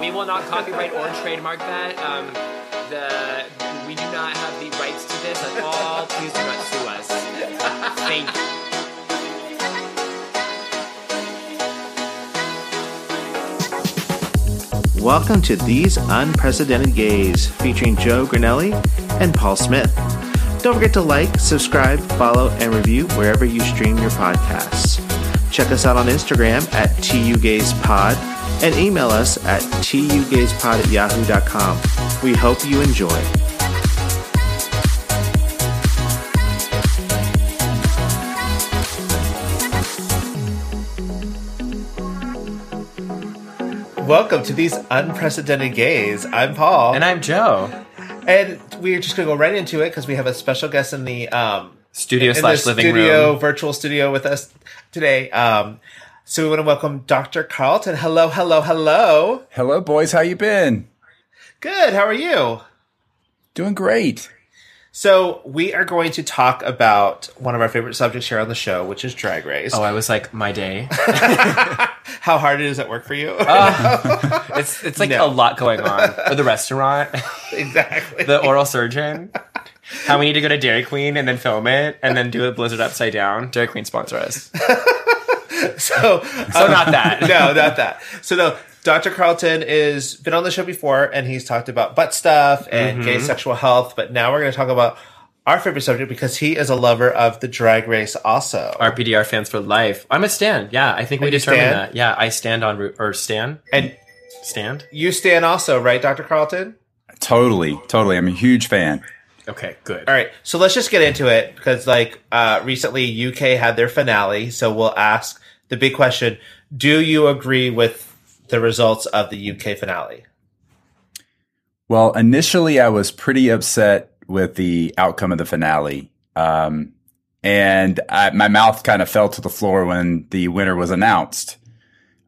We will not copyright or trademark that. Um, the we do not have the rights to this at all. Please do not sue us. Thank you. Welcome to These Unprecedented Gays, featuring Joe Grinelli and Paul Smith. Don't forget to like, subscribe, follow, and review wherever you stream your podcasts. Check us out on Instagram at TUGaysPod and email us at TUGaysPod at yahoo.com. We hope you enjoy. Welcome to These Unprecedented Gays. I'm Paul. And I'm Joe. And we're just going to go right into it because we have a special guest in the um, Studio in slash the living studio, room. virtual studio with us today. Um, so we want to welcome Dr. Carlton. Hello, hello, hello. Hello, boys. How you been? Good. How are you? Doing great. So we are going to talk about one of our favorite subjects here on the show, which is Drag Race. Oh, I was like, my day. How hard it is at work for you? Uh, It's it's like No. a lot going on. Or the restaurant, exactly. the oral surgeon. How we need to go to Dairy Queen and then film it and then do a blizzard upside down. Dairy Queen sponsor us. so, um, So not that. no, not that. So no, Dr. Carlton is been on the show before, and he's talked about butt stuff and Mm-hmm. gay sexual health. But now we're going to talk about our favorite subject because he is a lover of the Drag Race. Also, RPDR fans for life. I'm a stand. Yeah, I think we And you determined stand? that. Yeah, I stand on root or stand. and Stand? you stand also, right, Dr. Carlton? Totally, totally. I'm a huge fan. Okay, good. All right, so let's just get into it because, like, uh, recently UK had their finale, so we'll ask the big question: Do you agree with the results of the UK finale? Well, initially, I was pretty upset with the outcome of the finale. Um, and I, my mouth kind of fell to the floor when the winner was announced.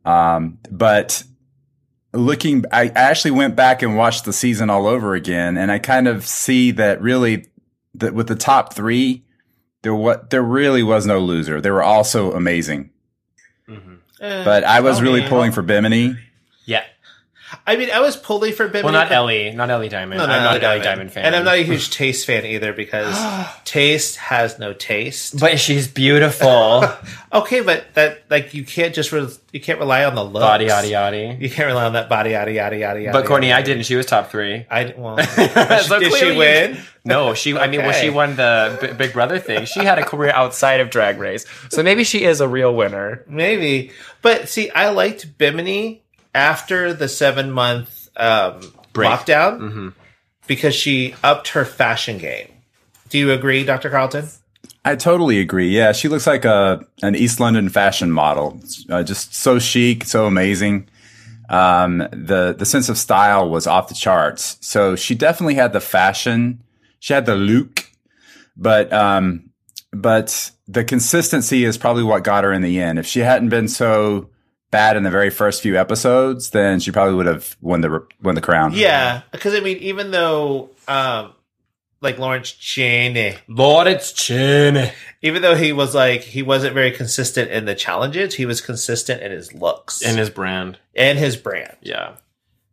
Um, but looking, I I actually went back and watched the season all over again, and I kind of see that really, that with the top three, there what there really was no loser. They were all so amazing. But I was really pulling for Bimini. Yeah. I mean, I was pulling for Bimini. Well, not but- Ellie. Not Ellie Diamond. No, I'm not an Ellie Diamond. Diamond fan. And I'm not a huge taste fan either because taste has no taste. But she's beautiful. Okay, but that like you can't just re- you can't rely on the looks. Body, yaddy, yaddy. You can't rely on that body, yada, yada, yada, yada. But Courtney, I didn't. She was top three. I well, did she- So did she clearly- win? No, she. I mean, well, Okay. she won the B- Big Brother thing. She had a career outside of Drag Race, so maybe she is a real winner. Maybe. But see, I liked Bimini after the seven month um, Break. Mm-hmm. lockdown because she upped her fashion game. Do you agree, Dr. Carlton? I totally agree. Yeah, she looks like a an East London fashion model. Uh, just so chic, so amazing. Um, the the sense of style was off the charts. So she definitely had the fashion. She had the look, but um, but the consistency is probably what got her in the end. If she hadn't been so bad in the very first few episodes, then she probably would have won the won the crown. Yeah. Because, I mean, even though, um, like Lawrence Cheney, Lord, it's Chin. even though he was like, he wasn't very consistent in the challenges, he was consistent in his looks And his brand, and his brand. yeah, his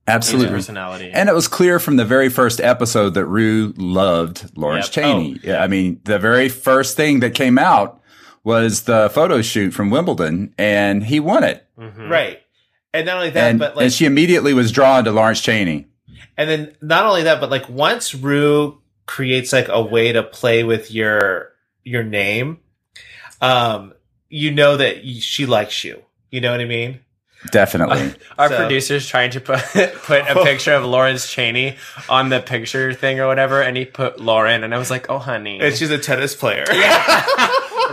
absolutely. personality. And it was clear from the very first episode that Rue loved Lawrence Yep. Cheney. Oh, yeah. I mean, the very first thing that came out was the photo shoot from Wimbledon, and he won it. Mhm. Right. And not only that, And, but like, and she immediately was drawn to Lawrence Cheney. And then not only that, but like once Rue creates like a way to play with your your name, um, you know that y- she likes you. You know what I mean? Definitely. Our So- producer's trying to put put a picture of Lawrence Cheney on the picture thing or whatever, and he put Lauren, and I was like, oh honey, And she's a tennis player.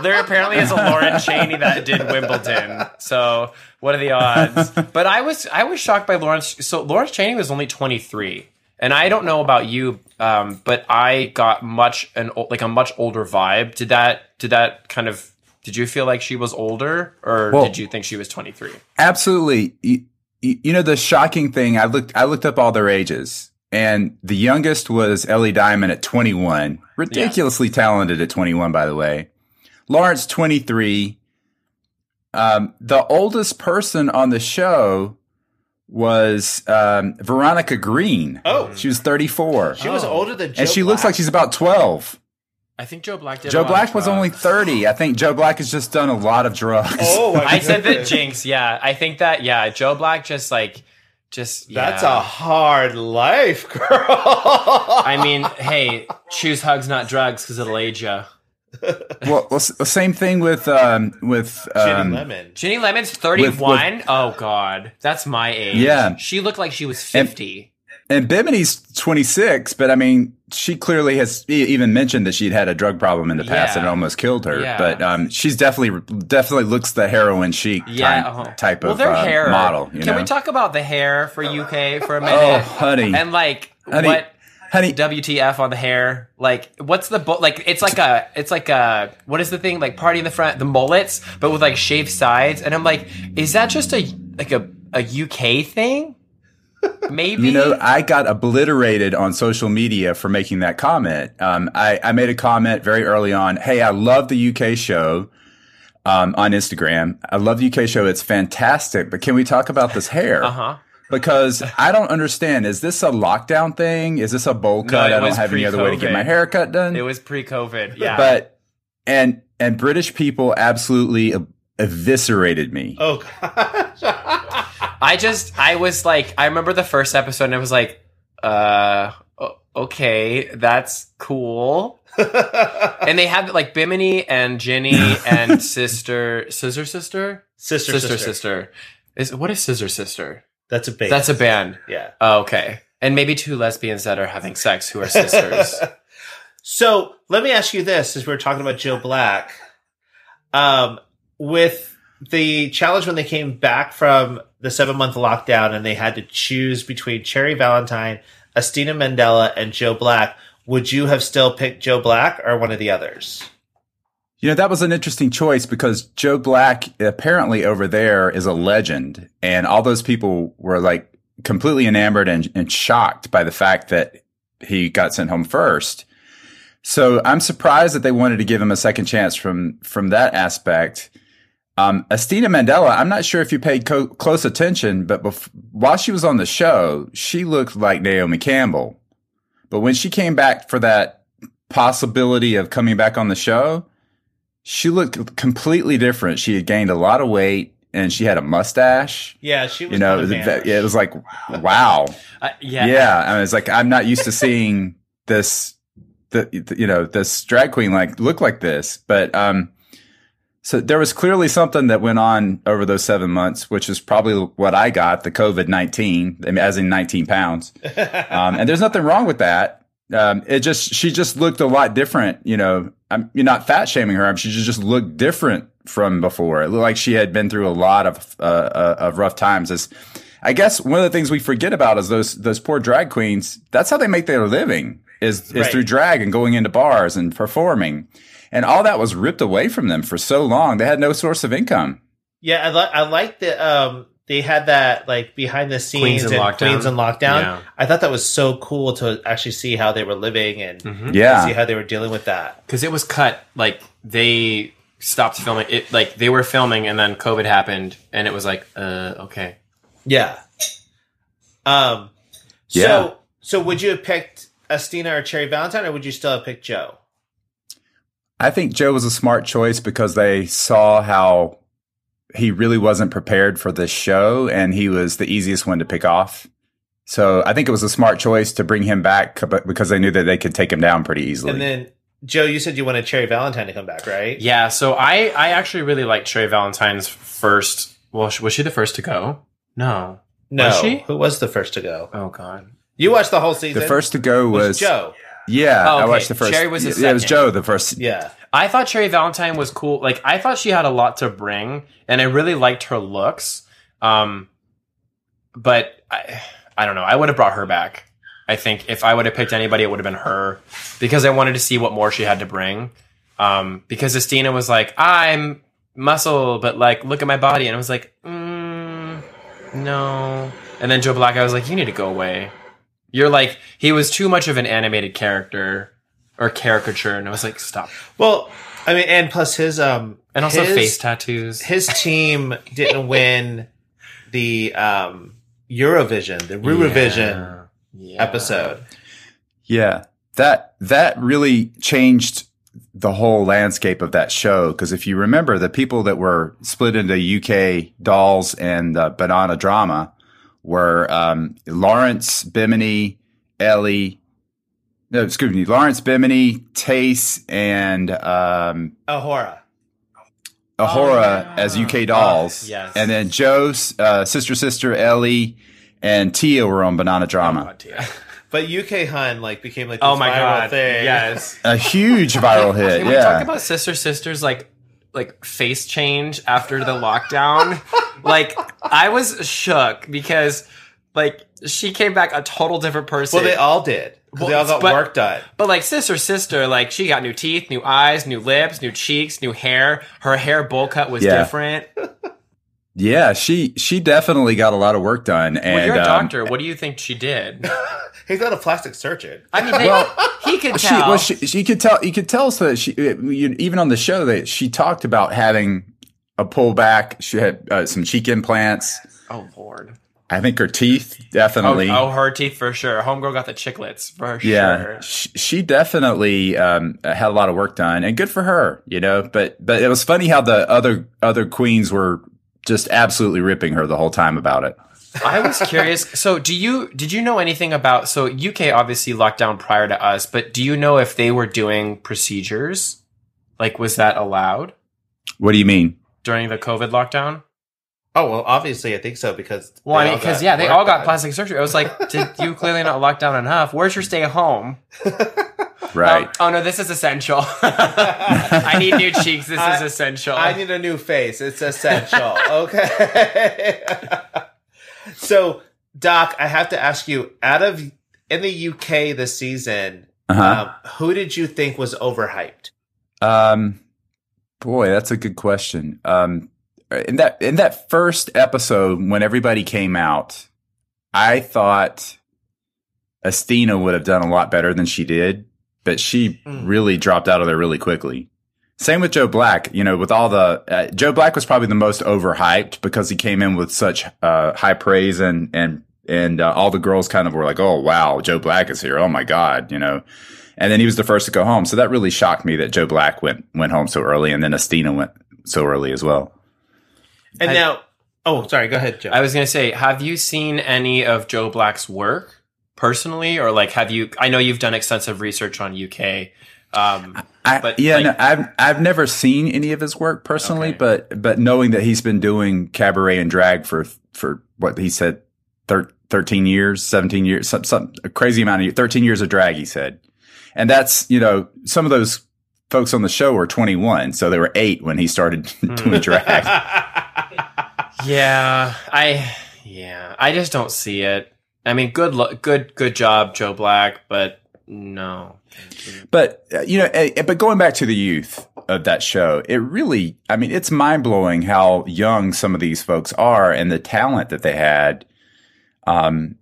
there apparently is a Lauren Cheney that did Wimbledon. So what are the odds? But I was I was shocked by Lawrence. So Lawrence Cheney was only 23, and I don't know about you, um, but I got much an o- like a much older vibe. Did that did that kind of did you feel like she was older, or Well- did you think she was 23? Absolutely. You, you you know the shocking thing. I looked. I looked up all their ages, and the youngest was Ellie Diamond at 21. Ridiculously talented at 21, by the way. Lawrence 23. Um, the oldest person on the show was um, Veronica Green. Oh. She was 34. She was Oh. older than Joe and she looks Black. like she's about 12. I think Joe Black did. a Joe lot Black of was drugs. only 30. I think Joe Black has just done a lot of drugs. Oh, my I said that goodness. Jinx. Yeah, I think that. Yeah, Joe Black just like just. That's yeah. a hard life, girl. I mean, hey, choose hugs, not drugs, because it'll age you. Well, well, s- same thing with um, with Ginny um, Lemon. Ginny Lemon's thirty-one. oh God, that's my age. Yeah. she looked like she was fifty. and Bimini's 26, but I mean, she clearly has e- even mentioned that she'd had a drug problem in the past Yeah. and it almost killed her. Yeah. But um, she's definitely definitely looks the heroin chic yeah, type, uh-huh. type well, of their uh, hair model. You Can know? we talk about the hair for UK for a Oh, minute? honey, and like honey, what honey, WTF on the hair? Like what's the bo- like? It's like a it's like a what is the thing like party in the front the mullets, but with like shaved sides. And I'm like, is that just a like a a UK thing? Maybe You know, I got obliterated on social media for making that comment. Um, I, I made a comment very early on. Hey, I love the UK show um, on Instagram. I love the UK show. It's fantastic. But can we talk about this hair? uh huh. Because I don't understand. Is this a lockdown thing? Is this a bowl cut? it I don't was have any other way to get pre-COVID. my hair cut done. It was pre-COVID. Yeah, but and and British people absolutely ev- eviscerated me. Oh, gosh. I just I was like I remember the first episode and I was like, uh, o- okay, that's cool. and they had like Bimini and Ginny and sister, scissor sister, Sister, sister, sister. Is what is scissor sister? That's a baby. That's a band. yeah. Oh, okay, and maybe two lesbians that are having sex who are sisters. So let me ask you this: since we are talking about Joe Black, um, with the challenge when they came back from the seven month lockdown and they had to choose between Cherry Valentine, Estina Mandela, and Joe Black, would you have still picked Joe Black or one of the others? You know, that was an interesting choice because Joe Black apparently over there is a legend. And all those people were like completely enamored and, and shocked by the fact that he got sent home first. So I'm surprised that they wanted to give him a second chance from from that aspect. Um, Estina Mandela, I'm not sure if you paid co- close attention, but bef- while she was on the show, she looked like Naomi Campbell. But when she came back for that possibility of coming back on the show, she looked completely different. She had gained a lot of weight and she had a mustache. Yeah, she was. You know, it was, kinda that- vanished. it was like, wow. Uh, yeah, Yeah. I was like, I'm not used to seeing this, the, you know, this drag queen like look like this. But, um, so there was clearly something that went on over those seven months, which is probably what I got the COVID 19, as in 19 pounds. Um, and there's nothing wrong with that. Um, it just, she just looked a lot different. You know, I'm, you're not fat shaming her. I'm, she just looked different from before. It looked like she had been through a lot of, uh, uh, of rough times. As I guess one of the things we forget about is those, those poor drag queens. That's how they make their living is, is Right. through drag and going into bars and performing. And all that was ripped away from them for so long. They had no source of income. Yeah, I, li- I like that. Um, they had that like behind the scenes Queens in and Lockdown. Queens and lockdown. Yeah. I thought that was so cool to actually see how they were living and Mm-hmm. see Yeah. how they were dealing with that. because it was cut like they stopped filming it like they were filming and then covid happened and it was like uh okay Yeah. Um. So Yeah. so would you have picked Estina or Cherry Valentine, or would you still have picked Joe? I think Joe was a smart choice because they saw how he really wasn't prepared for this show and he was the easiest one to pick off. So I think it was a smart choice to bring him back c- but- because they knew that they could take him down pretty easily. And then Joe, you said you wanted Cherry Valentine to come back, right? yeah so i i actually really liked trey valentine's first well sh- was she the first to go no No. Was she? Who was the first to go? oh god You watched the whole season. the first to go was, was, Joe. Yeah, Oh, I okay. watched the first. Jerry was the yeah, it was second. Joe the first. Yeah. i thought trey valentine was cool like i thought she had a lot to bring and i really liked her looks um but i i don't know i would have brought her back i think if i would have picked anybody it would have been her because i wanted to see what more she had to bring um, because Estina was like, I'm muscle, but like, look at my body. And I was like, mm, no. And then Joe Black, I was like, you need to go away. You're like, he was too much of an animated character or caricature. And I was like, stop. Well, I mean, and plus his um And also his, face tattoos. his team didn't win the um Eurovision, the Eurovision Yeah. episode. Yeah. That that really changed the whole landscape of that show because if you remember the people that were split into UK dolls and uh, banana drama were um, Lawrence Bimini, Ellie no, excuse me, Lawrence Bimini, Tace and um Ahura. Ahura Oh, yeah. as UK dolls. yes. And then Joe's uh, sister sister Ellie and Tia were on Banana Drama. But UK Hun like became like this Oh my viral god! thing. Yes. A huge viral hit. Can we yeah. talk about Sister Sisters like like face change after the lockdown? like I was shook because like she came back a total different person. Well, they all did. 'Cause they Well, all got but- work done. but like sister sister, like she got new teeth, new eyes, new lips, new cheeks, new hair. Her hair bowl cut was Yeah. different. Yeah, she she definitely got a lot of work done. And well, you're a um, doctor. what do you think she did? He's not a plastic surgeon. I mean, they, he could tell. she well she, she could tell you could tell so that she uh, you, even on the show that she talked about having a pullback. She had uh, some cheek implants. oh lord. I think her teeth Oh, definitely. oh, her teeth for sure. Homegirl got the chiclets for yeah, sure. she, she definitely um, had a lot of work done, and good for her, you know. But but it was funny how the other other queens were just absolutely ripping her the whole time about it. I was curious. So, do you did you know anything about so UK obviously locked down prior to us, but do you know if they were doing procedures? Like was that allowed What do you mean? during the COVID lockdown? Oh well, obviously I think so because Well, I they mean, all because got yeah, they work all got done. plastic surgery. I was like, did you clearly not lock down enough? Where's your stay at home? Right. Oh, oh, no, this is essential. I need new cheeks. This is I- essential. I need a new face. It's essential. okay. so, Doc, I have to ask you: out of in the UK this season, uh-huh. um, who did you think was overhyped? Um, boy, that's a good question. Um, in that in that first episode when everybody came out, I thought Estina would have done a lot better than she did, but she Mm. really dropped out of there really quickly. Same with Joe Black, you know, with all the uh, Joe Black was probably the most overhyped because he came in with such uh, high praise and and and uh, all the girls kind of were like, "Oh wow, Joe Black is here! Oh my god!" You know, and then he was the first to go home. So that really shocked me that Joe Black went went home so early, and then Estina went so early as well. And I- now, oh, sorry, go ahead, Joe. I was gonna say, have you seen any of Joe Black's work personally, or like have you? I know you've done extensive research on UK. Um, I, But, yeah, like- no, I've I've never seen any of his work personally, Okay. but but knowing that he's been doing cabaret and drag for for what he said, thir- thirteen years, seventeen years, some some a crazy amount of years, thirteen years of drag, he said, and that's you know some of those folks on the show were twenty one, so they were eight when he started Hmm. doing drag. yeah, I yeah, I just don't see it. I mean, good lo- good good job, Joe Black, but no. But uh, you know, eh, but going back to the youth of that show, it really, I mean, it's mind blowing how young some of these folks are and the talent that they had. Um,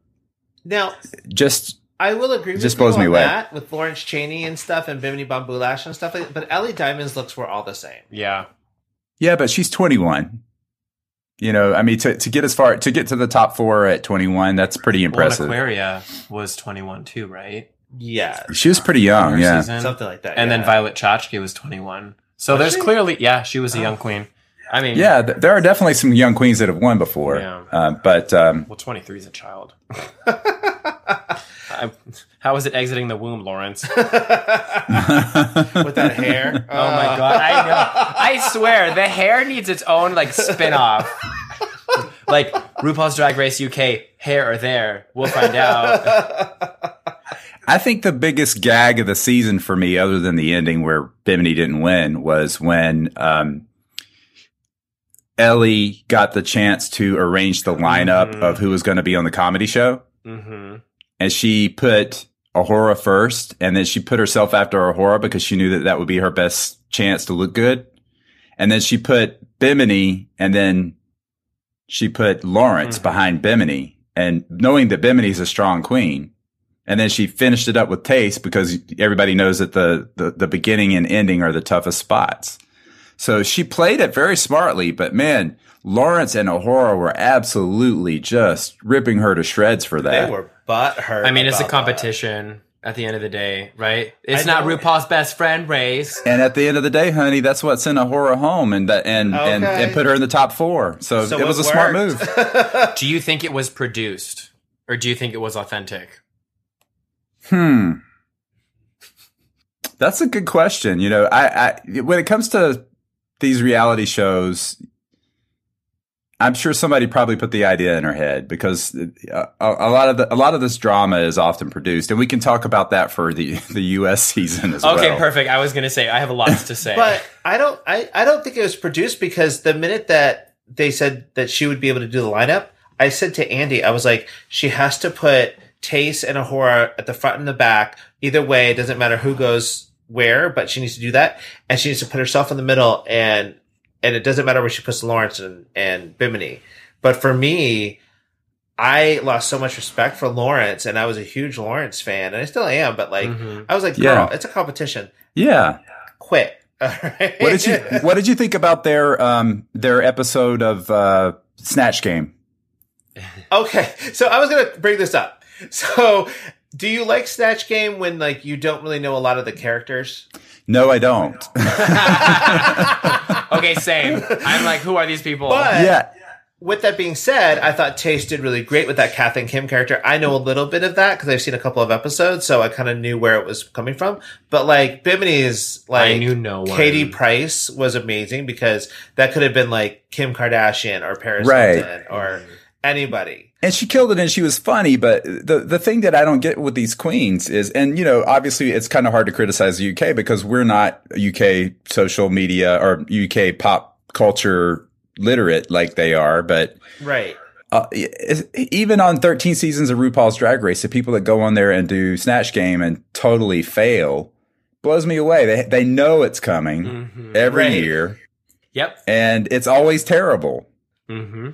now, just I will agree with Just you blows on me away. that with Lawrence Cheney and stuff and Bimini Bambulash and stuff like that. But Ellie Diamond's looks were all the same. Yeah, yeah but she's 21 you know i mean to, to get as far to get to the top four at 21 that's pretty well, and impressive Aquaria was twenty one too, right? Yeah. she was pretty young Her yeah season. Something like that. and then yeah. Violet Chachki was twenty one. So Was there's she? clearly yeah, she was a young queen. I mean yeah th- there are definitely some young queens that have won before Yeah. Uh, but um, Well, 23 is a child. I, how is it exiting the womb, Lawrence? Oh with that hair. Oh my god, I know. I swear, the hair needs its own like spin-off. like RuPaul's Drag Race UK, hair or there. We'll find out. i think the biggest gag of the season for me other than the ending where bimini didn't win was when um, ellie got the chance to arrange the lineup Mhm. of who was going to be on the comedy show hmm and she put Ahura first, and then she put herself after Ahura because she knew that that would be her best chance to look good. And then she put Bimini, and then she put Lawrence behind Bimini, and knowing that Bimini's a strong queen. And then she finished it up with Taste because everybody knows that the, the, the beginning and ending are the toughest spots. So she played it very smartly, but man, Lawrence and Ahura were absolutely just ripping her to shreds for that. They were butt hurt. I mean, it's a about that. competition at the end of the day, right? It's I not know. RuPaul's best friend race. And at the end of the day, honey, that's what sent Ahura home and that and, and Okay. and put her in the top four. So, So it was a it smart worked. move. Do you think it was produced or do you think it was authentic? Hmm. That's a good question. You know, I, I when it comes to these reality shows, I'm sure somebody probably put the idea in her head because uh, a, a lot of the, a lot of this drama is often produced, and we can talk about that for the the U.S. season as well. Okay, perfect. I was going to say, I have lots to say. But I don't. I, I don't think it was produced because the minute that they said that she would be able to do the lineup, I said to Andy, I was like, she has to put Tace and Ahura at the front and the back. Either way, it doesn't matter who goes where, but she needs to do that, and she needs to put herself in the middle, and and it doesn't matter where she puts Lawrence and and Bimini. But for me, I lost so much respect for Lawrence, and I was a huge Lawrence fan, and I still am. But like, Mhm. I was like, Yeah. girl, it's a competition. Yeah. Quit. All right. What did you What did you think about their um their episode of uh, Snatch Game? Okay, so I was gonna bring this up. So, do you like Snatch Game when like you don't really know a lot of the characters? No, I don't. okay, same. I'm like, who are these people? But yeah. with that being said, I thought Taste did really great with that Kath and Kim character. I know a little bit of that because I've seen a couple of episodes, so I kind of knew where it was coming from. But like Bimini's, like I knew no one. Katie Price was amazing because that could have been like Kim Kardashian or Paris Right. Hilton or anybody. and she killed it and she was funny but the the thing that i don't get with these queens is and you know obviously it's kind of hard to criticize the uk because we're not uk social media or uk pop culture literate like they are but Right. uh, it- even on 13 seasons of rupaul's drag race the people that go on there and do snatch game and totally fail blows me away they, they know it's coming Mhm. every Right. year Yep. and it's always terrible hmm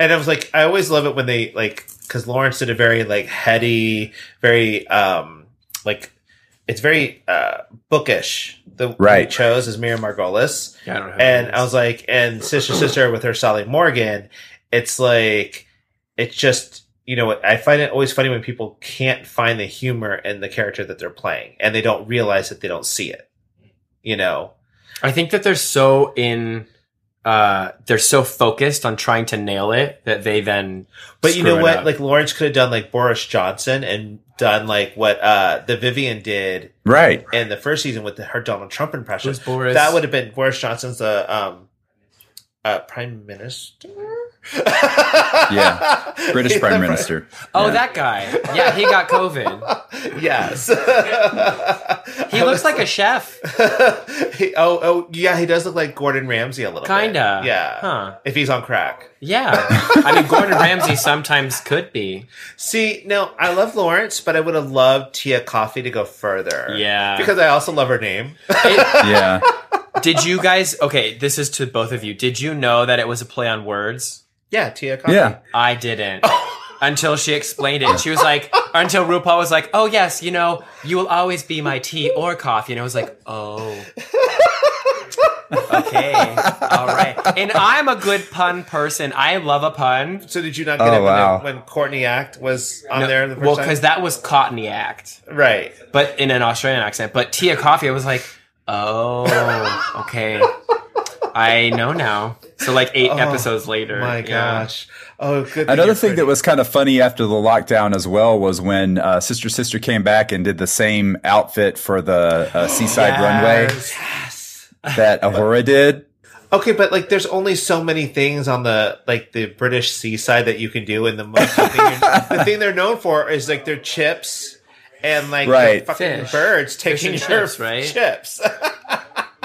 and I was like, I always love it when they like because Lawrence did a very like heady, very um like it's very uh bookish. The Right. we chose is Mira Margolis, Yeah, I don't have and I was. was like, and sister sister with her Sally Morgan. It's like it's just you know I find it always funny when people can't find the humor in the character that they're playing, and they don't realize that they don't see it. You know, I think that they're so in uh they're so focused on trying to nail it that they then But you screw know it what? up. Like Lawrence could have done like Boris Johnson and done like what uh the Vivian did right in the first season with the, her Donald Trump impression. Who's Boris? That would have been Boris Johnson's the um uh prime minister. yeah. british prime minister oh Yeah. that guy yeah he got covid Yes. he looks like a chef he, oh oh yeah, he does look like Gordon Ramsay a little bit. kinda Yeah. huh If he's on crack. yeah I mean Gordon Ramsay sometimes could be See, no, I love Lawrence, but I would have loved Tia Coffee to go further. Yeah. Because I also love her name. It- yeah did you guys okay this is to both of you did you know that it was a play on words Yeah, Tia Coffee. yeah I didn't. Until she explained it. She was like, until RuPaul was like, oh, yes, you know, you will always be my tea or coffee. And I was like, oh. okay. All right. And I'm a good pun person. I love a pun. So did you not get Oh, it when, wow. when Courtney Act was on No, there the first well, time? because that was Cottony Act, right. but in an Australian accent. But tea or coffee, I was like, oh, okay. I know now. So, like eight episodes later. Oh My yeah. gosh. Oh, good. thing Another you're thing that pretty. was kind of funny after the lockdown as well was when uh, Sister Sister came back and did the same outfit for the uh, Seaside Runway that Ahura did. okay, but like, there's only so many things on the like the British seaside that you can do, and the most the thing, you're- the thing they're known for is like their chips and like Right. the fucking Fish. birds taking and your chips, right? chips.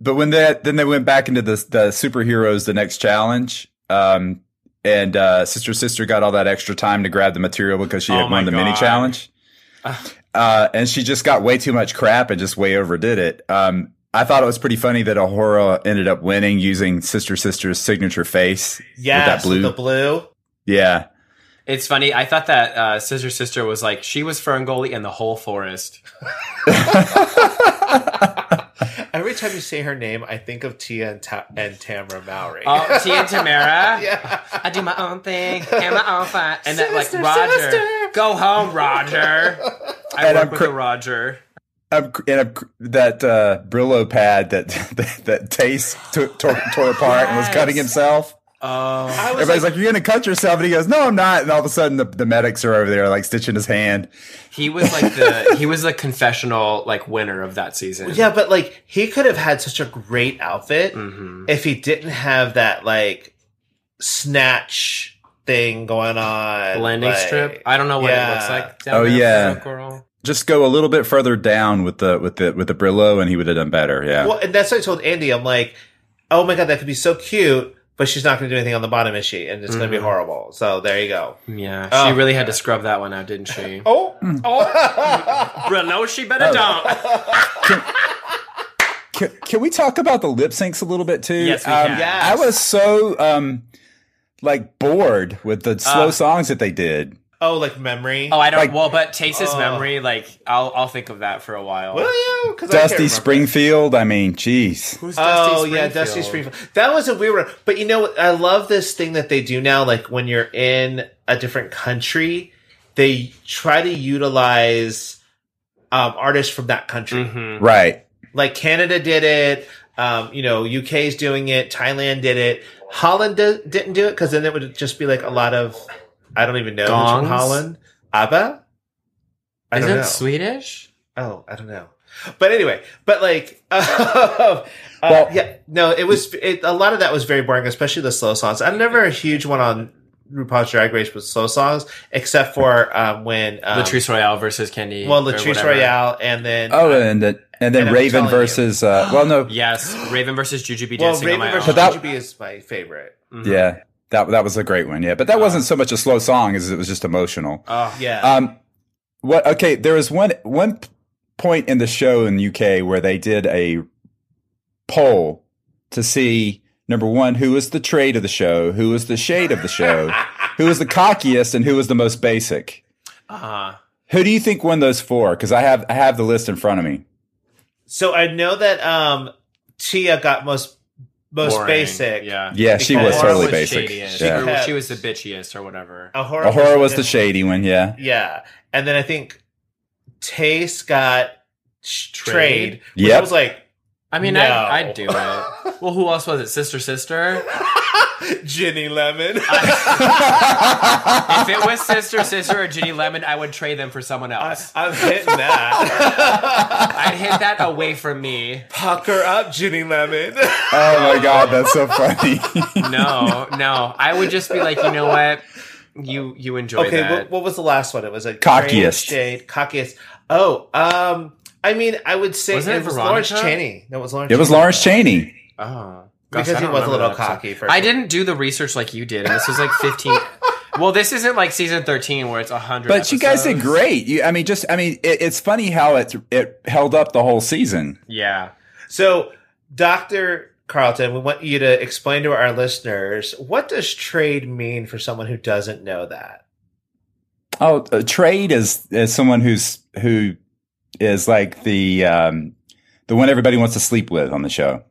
But when that then they went back into the the superheroes the next challenge. Um, and uh, Sister Sister got all that extra time to grab the material because she had Oh my won the mini God. Ah. challenge. Uh, and she just got way too much crap and just way overdid it. Um, I thought it was pretty funny that Ahura ended up winning using Sister Sister's signature face. yes, blue. the blue. Yeah. It's funny. I thought that uh, Scissor Sister was like she was Ferngully and the whole forest. Every every time you say her name, I think of Tia and, Ta- and Tamra Mowry. Oh, Tia and Tamara. yeah. I do my own thing and my own fight. And that like Sinister, Roger, sinister. go home, Roger. I And work I'm with cr- a Roger. I'm, cr- and I'm, cr- that uh, Brillo pad that that, that Taste took tore, tore apart and was cutting Yes. himself. Oh, I was Everybody's like, "You're gonna cut yourself," and he goes, "No, I'm not." And all of a sudden, the, the medics are over there like stitching his hand. he was like the he was the confessional like winner of that season. Yeah, but like he could have had such a great outfit Mhm. if he didn't have that like snatch thing going on. Landing like- strip. I don't know what Yeah. it looks like. Oh, there, yeah. girl. Just go a little bit further down with the with the with the Brillo, and he would have done better. Yeah, Well, and that's what I told Andy. I'm like, oh my god, that could be so cute, but she's not going to do anything on the bottom, is she? And it's going to be horrible. So there you go. Yeah, Oh. she really had to scrub that one out, didn't she? Oh, Bro, no, she Oh. better don't. Can, can we talk about the lip syncs a little bit too? Yes, we um, can. Yes. I was so um, like bored with the Uh, slow songs that they did. oh, like memory. Oh, I don't. Like- well, but Tase's Oh. memory, like I'll I'll think of that for a while. Will you? 'Cause I can't Dusty remember. Springfield. I mean, jeez. Who's Oh yeah, Dusty Springfield. That was a weird one, but you know, what? I love this thing that they do now. Like when you're in a different country, they try to utilize um, artists from that country. Mhm. Right. Like Canada did it. Um, you know, UK's doing it. Thailand did it. Holland di- didn't do it because then it would just be like a lot of I don't even know who's from Gongs? Holland. ABBA. I Is don't know. it Swedish? Oh, I don't know. But anyway, but like, uh, Well- yeah, no, it was it, a lot of that was very boring, especially the slow songs. I'm never a huge one on RuPaul's Drag Race with slow songs, except for um, when um, Latrice Royale versus Candy. well, or Latrice whatever. Royale, and then Oh, and then and then And I'm Raven telling you. versus uh, well, no, Yes, Raven versus Jujubee well, dancing Raven on my versus own. But that- GGB is my favorite. yeah, that that was a great one. Yeah, but that wasn't so much a slow song as it was just emotional. Oh, Yeah, Um, what? Okay, there was one one p- point in the show in the UK where they did a poll to see number one who was the trade of the show, who was the shade of the show, who was the cockiest, and who was the most basic. uh-huh. Who do you think won those four? Because I have I have the list in front of me. so I know that um, Tia got most most Boring. basic. Yeah. Yeah, she Because was totally Laura was basic. shadiest. She, Yeah. grew- she was the bitchiest or whatever. Ahura, Ahura was the shady one. Yeah, Yeah, and then I think Taste got sh- trade. Trade? which Yep. I was like. I mean, No. I, I'd do it. well, who else was it? Sister, sister. Ginny Lemon. If it was sister, sister, or Ginny Lemon, I would trade them for someone else. I'm hitting that. I'd hit that away from me. Pucker up, Ginny Lemon. Oh my god, that's so funny. No, no. I would just be like, you know what? You you enjoy okay, that. what, what was the last one? It was a Cockiest. green shade. Cockiest. Oh, um, I mean, I would say Wasn't it, it was Lawrence Veronica? Cheney. No, it was Lawrence. it was Chaney. Lawrence Cheney. oh, Because I he don't was a remember little that episode. cocky for I sure. didn't do the research like you did, and this was like fifteen. well, this isn't like season thirteen where it's hundred. But you guys did great. You, I mean, just I mean, it, it's funny how it it held up the whole season. Yeah. So, Doctor Carlton, we want you to explain to our listeners what does trade mean for someone who doesn't know that. Oh, a trade is is someone who's who is like the um the one everybody wants to sleep with on the show.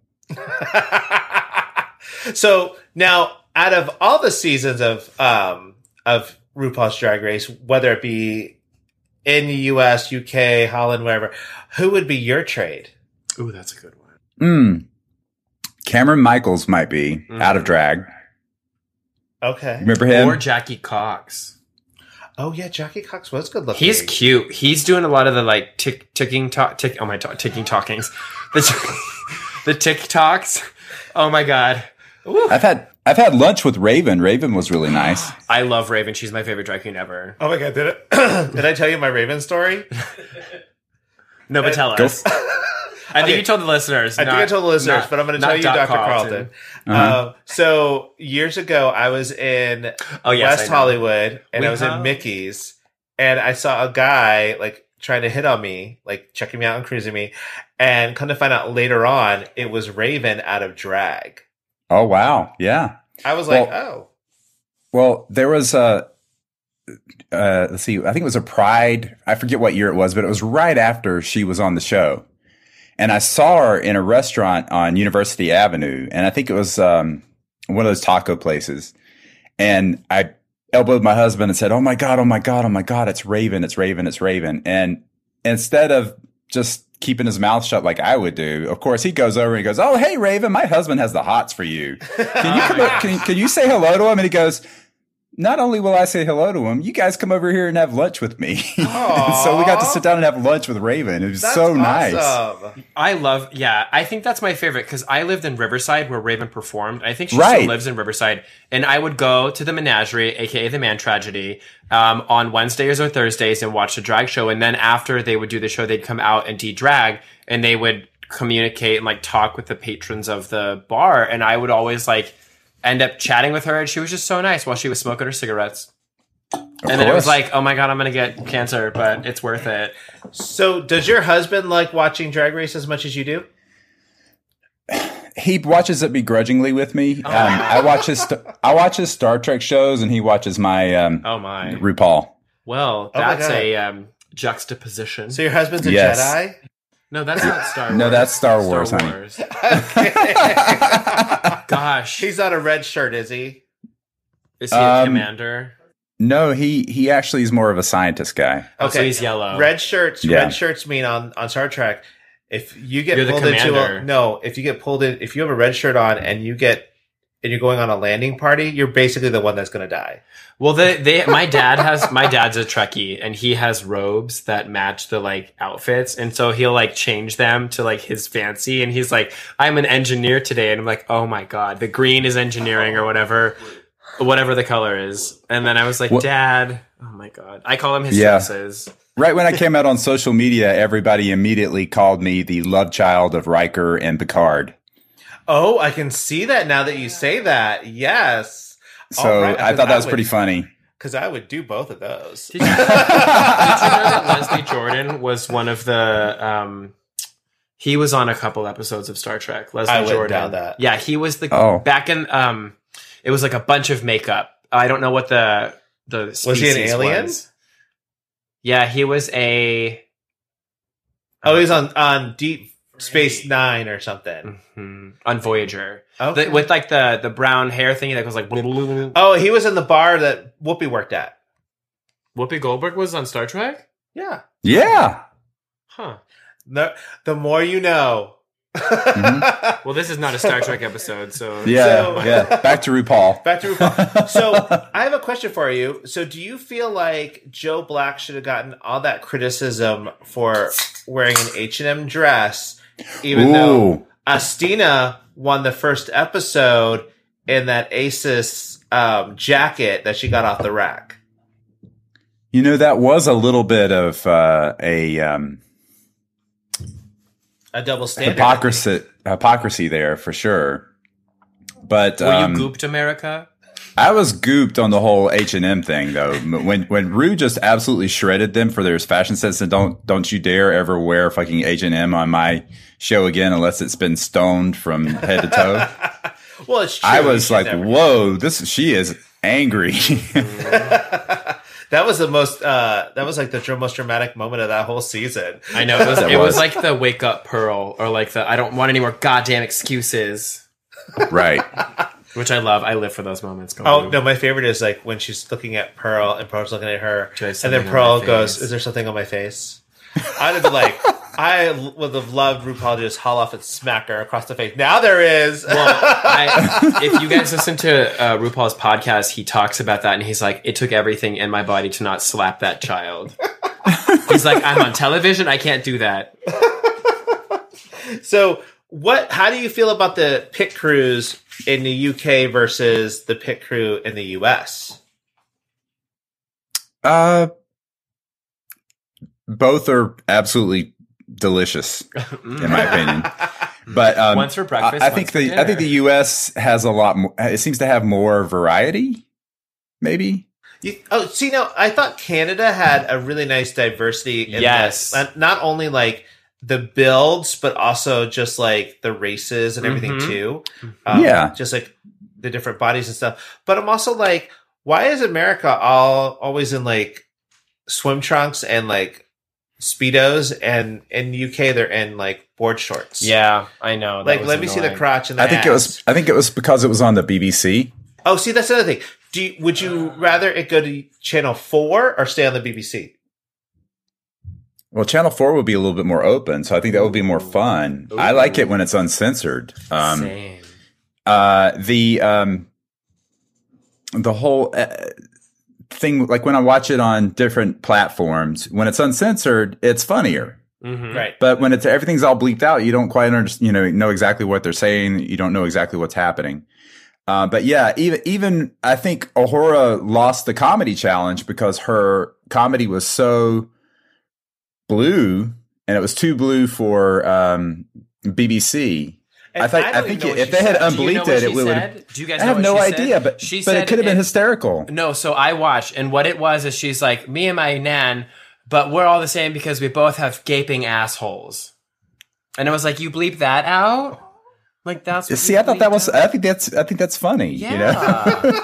so now, out of all the seasons of um, of RuPaul's Drag Race, whether it be in the U.S., U.K., Holland, wherever, who would be your trade? Ooh, that's a good one. Hmm. Cameron Michaels might be Mhm. out of drag. Okay. Remember him? Or Jackie Cox. Oh yeah, Jackie Cox was good looking. He's cute. He's doing a lot of the like tick ticking tock tick. Oh my to- ticking talkings. The t- the TikToks. Oh my god. I've had I've had lunch with Raven. Raven was really nice. I love Raven. She's my favorite drag queen ever. Oh my god, did I, did I tell you my Raven story? No, but tell Go us. I think Uh, Okay. you told the listeners. I think I told the listeners, but I'm going to tell you, Dr. Carlton. Uh-huh. Uh, so years ago, I was in Oh, yes, I West know. Hollywood, and We I was have- in Mickey's, and I saw a guy like trying to hit on me, like checking me out and cruising me, and come to find out later on, it was Raven out of drag. Oh wow, yeah. I was like, oh, Well, there was a. Uh, let's see. I think it was a Pride. I forget what year it was, but it was right after she was on the show, And I saw her in a restaurant on University Avenue, and I think it was um, one of those taco places. And I elbowed my husband and said, "Oh my god, oh my god, oh my god, it's Raven, it's Raven, it's Raven." And instead of just keeping his mouth shut like I would do, of course he goes over and he goes, "Oh hey Raven, my husband has the hots for you. Can you come up, can, can you say hello to him?" And he goes. Not only will I say hello to him, you guys come over here and have lunch with me. And so we got to sit down and have lunch with Raven. It was That's so nice. awesome. I love, yeah, I think that's my favorite because I lived in Riverside where Raven performed. I think she Right. still lives in Riverside. And I would go to the menagerie, aka the man tragedy, um, on Wednesdays or Thursdays and watch the drag show. And then after they would do the show, they'd come out and de drag and they would communicate and like talk with the patrons of the bar. And I would always like end up chatting with her. And she was just so nice while she was smoking her cigarettes. and then it was course. like, oh my God, I'm going to get cancer, but it's worth it. So, does your husband like watching Drag Race as much as you do? He watches it begrudgingly with me. Um, I watch his I watch his Star Trek shows, and he watches my um, Oh my. RuPaul. Well, Oh my that's God. a um, juxtaposition. So, your husband's a Yes. Jedi? no, that's not Star Wars. No, that's Star Wars, honey. Wars. Gosh, He's not a red shirt, is he? is he a Um, commander? No, he he actually is more of a scientist guy. Oh, so he's yellow. Red shirts. Yeah. Red shirts mean on on Star Trek. If you get You're the pulled into a, commander. no, if you get pulled in, if you have a red shirt on and you get and you're going on a landing party, you're basically the one that's going to die. Well, they, they, my dad has my dad's a Trekkie, and he has robes that match the like outfits, and so he'll like change them to like his fancy, and he's like, "I'm an engineer today," and I'm like, "Oh my god, the green is engineering or whatever, whatever the color is." And then I was like, What- "Dad, oh my god," I call him his Yeah. stresses. Right when I came out on social media, everybody immediately called me the love child of Riker and Picard. Oh, I can see that now that you say that. Yes. So I thought that was pretty funny. because I would do both of those. Did you, did you know that Leslie Jordan was one of the? Um, he was on a couple episodes of Star Trek. Leslie I wouldn't Jordan. doubt that. Yeah, he was the Oh. back in. Um, it was like a bunch of makeup. I don't know what the the he an species alien? was. Yeah, he was a. Oh, he's on on Deep Space Nine or something. Mhm, on Voyager Okay. The- with like the the brown hair thingy that goes like. oh, he was in the bar that Whoopi worked at. Whoopi Goldberg was on Star Trek. Yeah. Yeah. Huh. The, the more you know. Well, this is not a Star Trek episode, so Yeah. So- yeah. Back to RuPaul. Back to RuPaul. So I have a question for you. So do you feel like Joe Black should have gotten all that criticism for wearing an H and M dress, even though Ooh. Astina won the first episode in that Aces um, jacket that she got off the rack? You know, that was a little bit of uh, a um, A double standard. hypocrisy hypocrisy there for sure. But were um, you gooped America? I was gooped on the whole H and M thing though. M- when when Rue just absolutely shredded them for their fashion sense and don't don't you dare ever wear fucking H and M on my show again unless it's been stoned from head to toe. Well, it's true. I You was should like, never- whoa, this she is angry. that was the most. Uh, that was like the dr- most dramatic moment of that whole season. I know it was, That it was. was like the wake up pearl, or like the I don't want any more goddamn excuses, right. which I love. I live for those moments. Go Oh Blue. no, my favorite is like when she's looking at Pearl and Pearl's looking at her, Do I and have then something on Pearl my goes, face? "Is there something on my face?" I'd have been like, I l- would have loved RuPaul to just haul off and smack her across the face. Now there is. Well, I, if you guys listen to uh, RuPaul's podcast, he talks about that, and he's like, "It took everything in my body to not slap that child." he's like, "I'm on television. I can't do that." so what? How do you feel about the pit crews in the UK versus the pit crew in the US? Uh both are absolutely delicious in my opinion. But um, Once for breakfast, I, I once think for the I think the U.S. has a lot more. It seems to have more variety. Maybe You, oh, see, no, I thought Canada had a really nice diversity. In Yes. the- not- not only like the builds, but also just like the races and everything Mhm. too. Um, Yeah. just like the different bodies and stuff. But I'm also like, why is America all always in like swim trunks and like speedos, and in UK they're in like board shorts. Yeah, I know. that like was let me see the annoying. crotch and the I think it was. ass. I think it was because it was on the BBC. Oh, see, that's another thing. Do you, would you Uh. rather it go to channel four or stay on the BBC? Well, Channel Four would be a little bit more open, so I think that would be more fun. I like it when it's uncensored. Um, Same. uh, the um, the whole uh, thing, like when I watch it on different platforms, when it's uncensored, it's funnier. Mhm. Right. But when it's everything's all bleeped out, you don't quite understand. You know, know exactly what they're saying. You don't know exactly what's happening. Uh, but yeah, even even I think Ahura lost the comedy challenge because her comedy was so blue, and it was too blue for um, BBC. And I think I, don't think even know if what they she had said. Do you know unbleeped what it, she it would. said? Do you guys? I know have what no she said? idea, but she but said it could have been hysterical. No, so I watched, and what it was is she's like, me and my nan, but we're all the same because we both have gaping assholes. And it was like, you bleep that out? Like, that's what See, you I thought that bleeped was. out? I think that's. I think that's funny. Yeah. You know?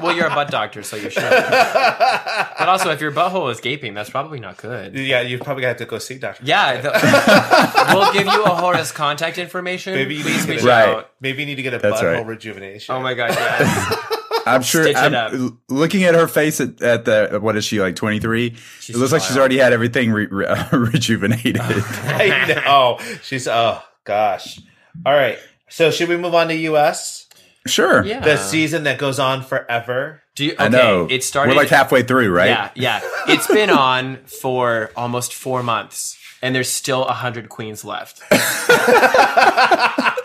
well, you're a butt doctor, so you're sure. but also, if your butthole is gaping, that's probably not good. Yeah, you probably have to go see Doctor. Yeah. the- we'll give you a Horace contact information. Maybe you Please need to reach get Right. out. Maybe you need to get a That's butthole right. rejuvenation. Oh my God, yes. I'm sure. Stitch it I'm up. l- looking at her face at, at the what is she like 23? It looks like she's wild. already had everything re- re- rejuvenated. I know. She's oh gosh. All right. So should we move on to US? sure. Yeah. The season that goes on forever. Do you, okay, I know. It started. We're like halfway through, right? Yeah, yeah. It's been on for almost four months, and there's still a hundred queens left.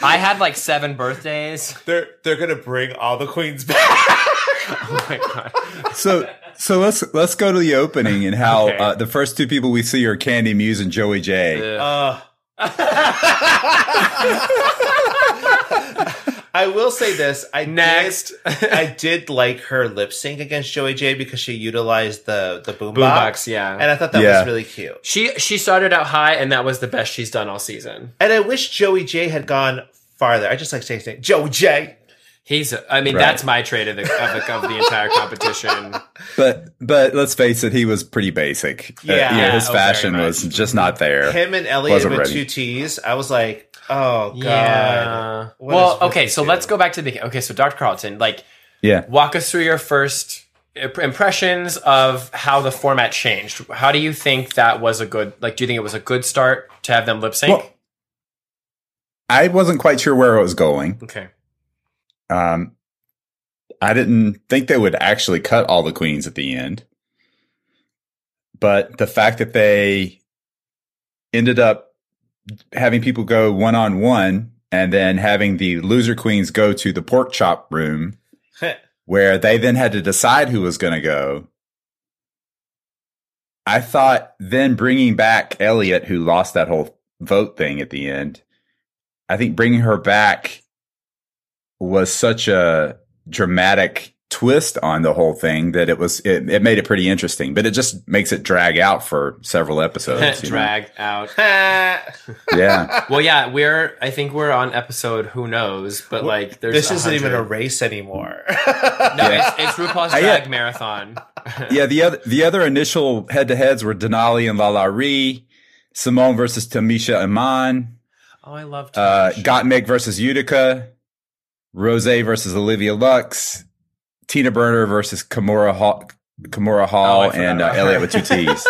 I had like seven birthdays. They're they're gonna bring all the queens back. Oh my god. So so let's let's go to the opening and how Okay. uh, the first two people we see are Candy Muse and Joey J. Uh, I will say this. I did- Next. I did like her lip sync against Joey J because she utilized the the boombox. Boombox, yeah. and I thought that Yeah. was really cute. She she started out high, and that was the best she's done all season. And I wish Joey J had gone farther. I just like saying saying, Joey J. He's, I mean, Right. that's my trait of the, of the of the entire competition. But but let's face it, he was pretty basic. Uh, Yeah. you know, his Oh, very fashion much. was just not there. Him and Elliot Wasn't with ready. two T's. I was like, oh god. Yeah. What well, is with okay, you so two? let's go back to the beginning. Okay, so Dr. Carlton, like, yeah. walk us through your first imp- impressions of how the format changed. How do you think that was a good like do you think it was a good start to have them lip sync? Well- I wasn't quite sure where it was going. okay. Um, I didn't think they would actually cut all the queens at the end, but the fact that they ended up having people go one on one and then having the loser queens go to the pork chop room where they then had to decide who was going to go. I thought then bringing back Elliot, who lost that whole vote thing at the end, I think bringing her back was such a dramatic twist on the whole thing that it was it, it made it pretty interesting but it just makes it drag out for several episodes you know? Drag out. yeah Well, yeah, we're I think we're on episode who knows, but like there's this isn't even a 100. race anymore. No, it's, it's RuPaul's I- drag marathon. yeah the other the other initial head-to-heads were denali and lala ree simone versus tamisha iman Oh, I love uh, Tosh. Gottmik versus Utica, Rose versus Olivia Lux, Tina Burner versus Kimura Hall, Kimura Hall, Oh, I forgot and uh, about her. Elliot with two T's.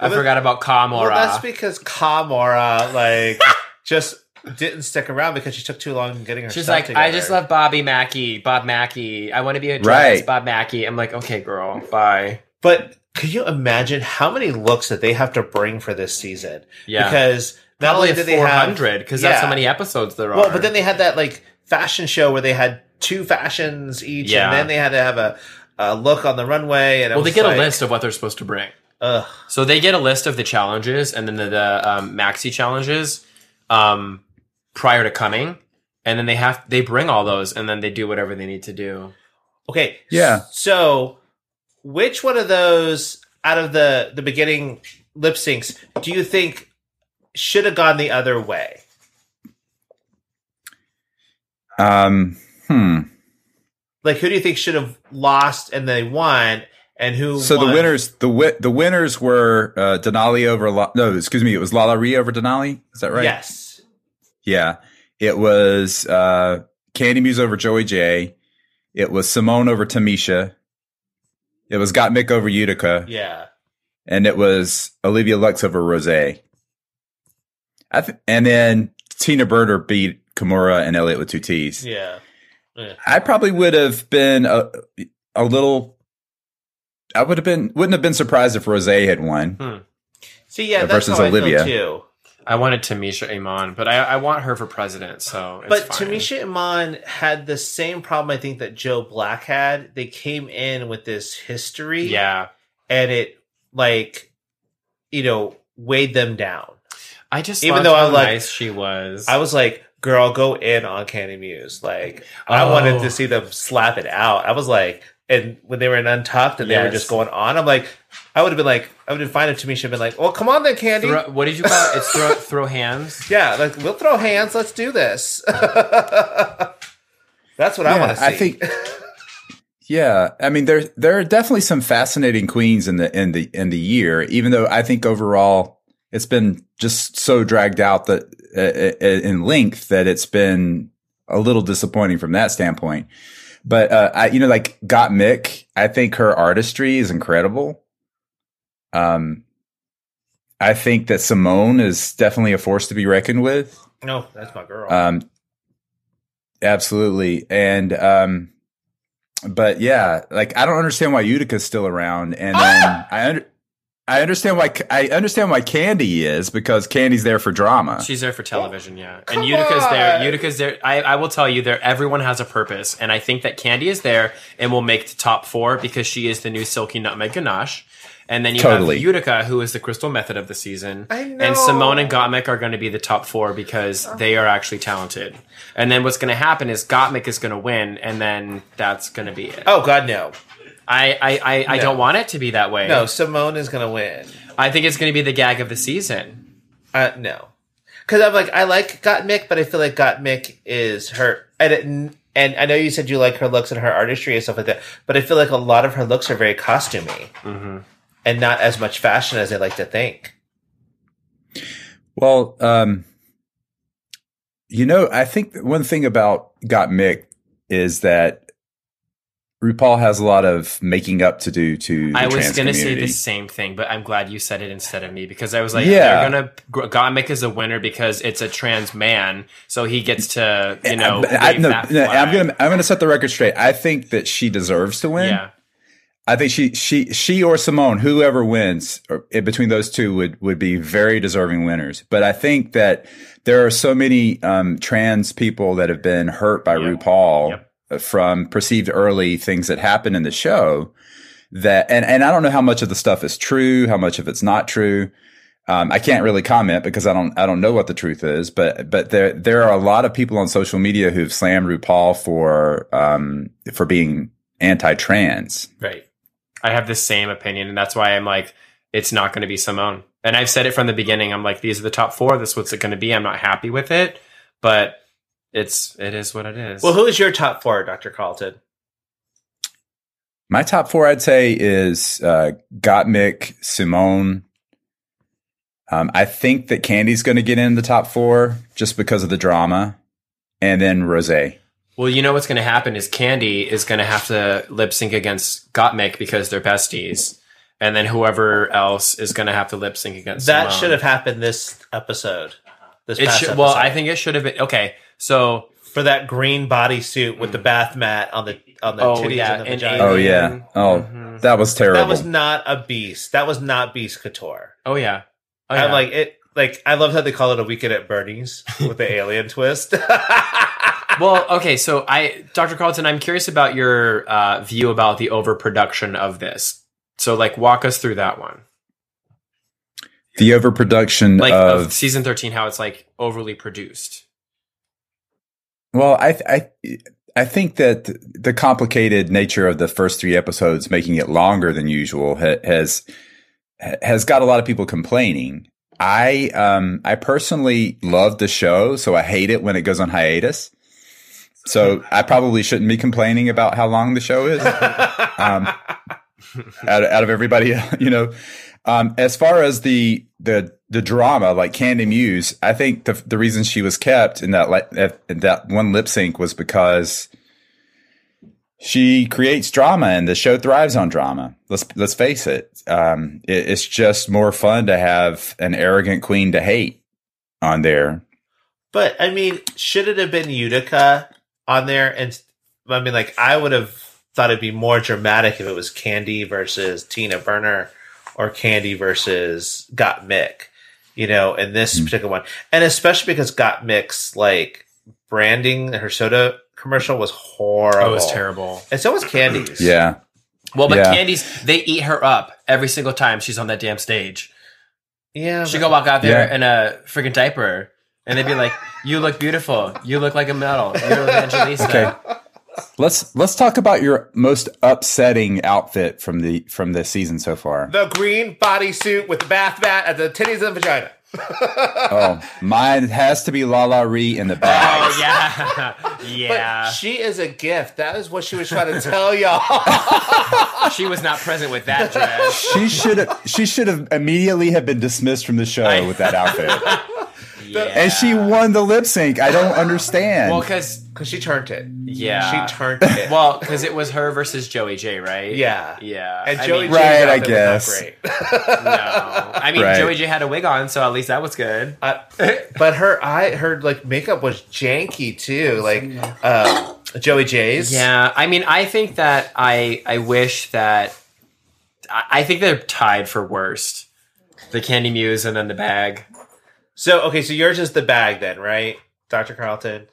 I forgot about Kamora. Well, that's because Kamora like just didn't stick around because she took too long getting her. She's stuff like, I together. just love Bobby Mackey, Bob Mackey. I want to be a drag Right. right. Bob Mackey. I'm like, okay, girl, bye. But could you imagine how many looks that they have to bring for this season? Yeah. because not Probably only did they have 400 because that's how Yeah. many episodes there are. Well, but then they had that like fashion show where they had two fashions each, Yeah. and then they had to have a, a look on the runway. And I Well, they was get like, a list of what they're supposed to bring. Ugh. So they get a list of the challenges and then the, the um, maxi challenges um, prior to coming, and then they have they bring all those and then they do whatever they need to do. Okay, Yeah. So, which one of those out of the the beginning lip syncs do you think should have gone the other way? Um, hmm. Um, hmm. Like, who do you think should have lost and they won? and who So the won? winners, the wi- the winners were uh, Denali over La- no, excuse me, it was Lalaurie over Denali. Is that right? Yes. Yeah. It was uh, Candy Muse over Joey J. It was Simone over Tamisha. It was Got Mick over Utica, Yeah. and it was Olivia Lux over Rose. I th- and then Tina Burner beat Kimura and Elliot with two T's. Yeah. I probably would have been a, a little. I would have been wouldn't have been surprised if Rose had won. See, yeah, Yeah, that's versus how Olivia. I feel too. I wanted Tamisha Iman, but I, I want her for president, so it's But fine. Tamisha Iman had the same problem I think that Joe Black had. They came in with this history, Yeah. and it like, you know, weighed them down. I just Even even though though I how like- nice she was. I was like, "Girl, go in on Candy Muse." Like, I wanted Oh. to see them slap it out. I was like, and when they were in Untucked and they were Yes. just going on, I'm like, I would have been like, I would have fine if Tamisha had been like, "Well, come on then, Candy." Throw- what did you call it? It's throw, throw hands. Yeah, like we'll throw hands. Let's do this. That's what I Yeah, want to see. I think. Yeah, I mean there there are definitely some fascinating queens in the in the in the year. Even though I think overall it's been just so dragged out that uh, uh, in length that it's been a little disappointing from that standpoint. But uh, I, you know, like Got Mick, I think her artistry is incredible. Um, I think that Simone is definitely a force to be reckoned with. no, that's my girl. Um, absolutely. And, um, but yeah, like I don't understand why Utica's still around. And Ah! then I, under, I understand why, I understand why Candy is because Candy's there for drama. She's there for television, yeah. come and Utica's on! there. Utica's there. I, I will tell you, there. Everyone has a purpose, and I think that Candy is there and will make the top four because she is the new silky nutmeg ganache. And then you Totally. have Utica, who is the crystal method of the season. I know. Oh. And Simone and Gottmik are going to be the top four because they are actually talented. And then what's going to happen is Gottmik is going to win, and then that's going to be it. oh God, no, I I, I, I No. don't want it to be that way. no. Simone is gonna win. I think it's going to be the gag of the season. Uh, no, because I'm like I like Got Mick, but I feel like Got Mick is her and. It, and I know you said you like her looks and her artistry and stuff like that, but I feel like a lot of her looks are very costumey Mm-hmm. and not as much fashion as I like to think. Well, um, you know, I think that one thing about Got Mick is that RuPaul has a lot of making up to do to the I was trans going to say community. the same thing, but I'm glad you said it instead of me because I was like, Yeah. they're going to. Gottmik is a winner because it's a trans man, so he gets to, you know. I, I, wave no, that no, I'm flag. gonna I'm gonna set the record straight. I think that she deserves to win. Yeah. I think she she she or Simone, whoever wins or, in between those two would would be very deserving winners. But I think that there are so many um, trans people that have been hurt by RuPaul from perceived early things that happened in the show that and and I don't know how much of the stuff is true, how much of it's not true. Um, I can't really comment because I don't I don't know what the truth is, but but there there are a lot of people on social media who've slammed RuPaul for um, for being anti-trans. Right. I have the same opinion, and that's why I'm like, it's not going to be Simone. And I've said it from the beginning. I'm like, these are the top four. This is what's it going to be. I'm not happy with it, but it's it is what it is. Well, who is your top four, Dr. Carlton? My top four, I'd say, is uh, Gottmik, Simone. Um, I think that Candy's going to get in the top four just because of the drama, and then Rose. Well, you know what's going to happen is Candy is going to have to lip sync against Gottmik because they're besties, and then whoever else is going to have to lip sync against That Simone. should have happened this episode. This It past should, well, episode. I think it should have been okay. So, for that green bodysuit with the bath mat on the on the Mm. oh titties yeah, and the and vagina. Oh, yeah. Oh, Mm-hmm. That was terrible. that was not a beast. That was not beast couture. oh yeah, oh I'm yeah. like it. Like I love how they call it a weekend at Bernie's with the alien twist. well, okay, so I, Dr. Carlton, I'm curious about your uh, view about the overproduction of this. So, like, walk us through that one, the overproduction like of, of season 13, how it's like overly produced. well, I I I think that the complicated nature of the first three episodes, making it longer than usual, ha- has has got a lot of people complaining. I um I personally love the show, so I hate it when it goes on hiatus. So I probably shouldn't be complaining about how long the show is. Um, out of, out of everybody, you know. Um, as far as the the the drama, like Candy Muse, I think the the reason she was kept in that like in that one lip sync was because she creates drama, and the show thrives on drama. Let's let's face it, um, it it's just more fun to have an arrogant queen to hate on there. But I mean, should it have been Utica on there? And I mean, like, I would have thought it'd be more dramatic if it was Candy versus Tina Burner or Candy versus Got Mick, you know, in this Hmm. particular one. And especially because Got Mick's like branding, her soda commercial was horrible. Oh, It was terrible. And so was Candy's. Yeah, Well, but Yeah. Candy's they eat her up every single time she's on that damn stage. Yeah. She'd go walk out there Yeah. in a freaking diaper, and they'd be like, "You look beautiful. You look like a model. You look like Angelisa." Okay. Let's let's talk about your most upsetting outfit from the from the season so far. the green bodysuit with the bath mat at the titties and vagina. Oh, mine has to be La La Ree in the bag. Oh yeah, But yeah. she is a gift. That is what she was trying to tell y'all. she was not present with that dress. She should have she should have immediately have been dismissed from the show I- with that outfit. Yeah. And she won the lip sync. I don't understand. well, because Because she turned it. yeah, She turned it. Well, because it was her versus Joey J, right? Yeah. yeah. and I Joey mean, J's Right, I outfit was not guess. great. no. I mean, Right. Joey J had a wig on, so at least that was good. Uh, but her eye, her like makeup was janky too, like um, Joey J's. Yeah, I mean, I think that I I wish that I, I think they're tied for worst. The Candy Muse and then the bag. So okay, so yours is the bag then, right, Doctor Carlton?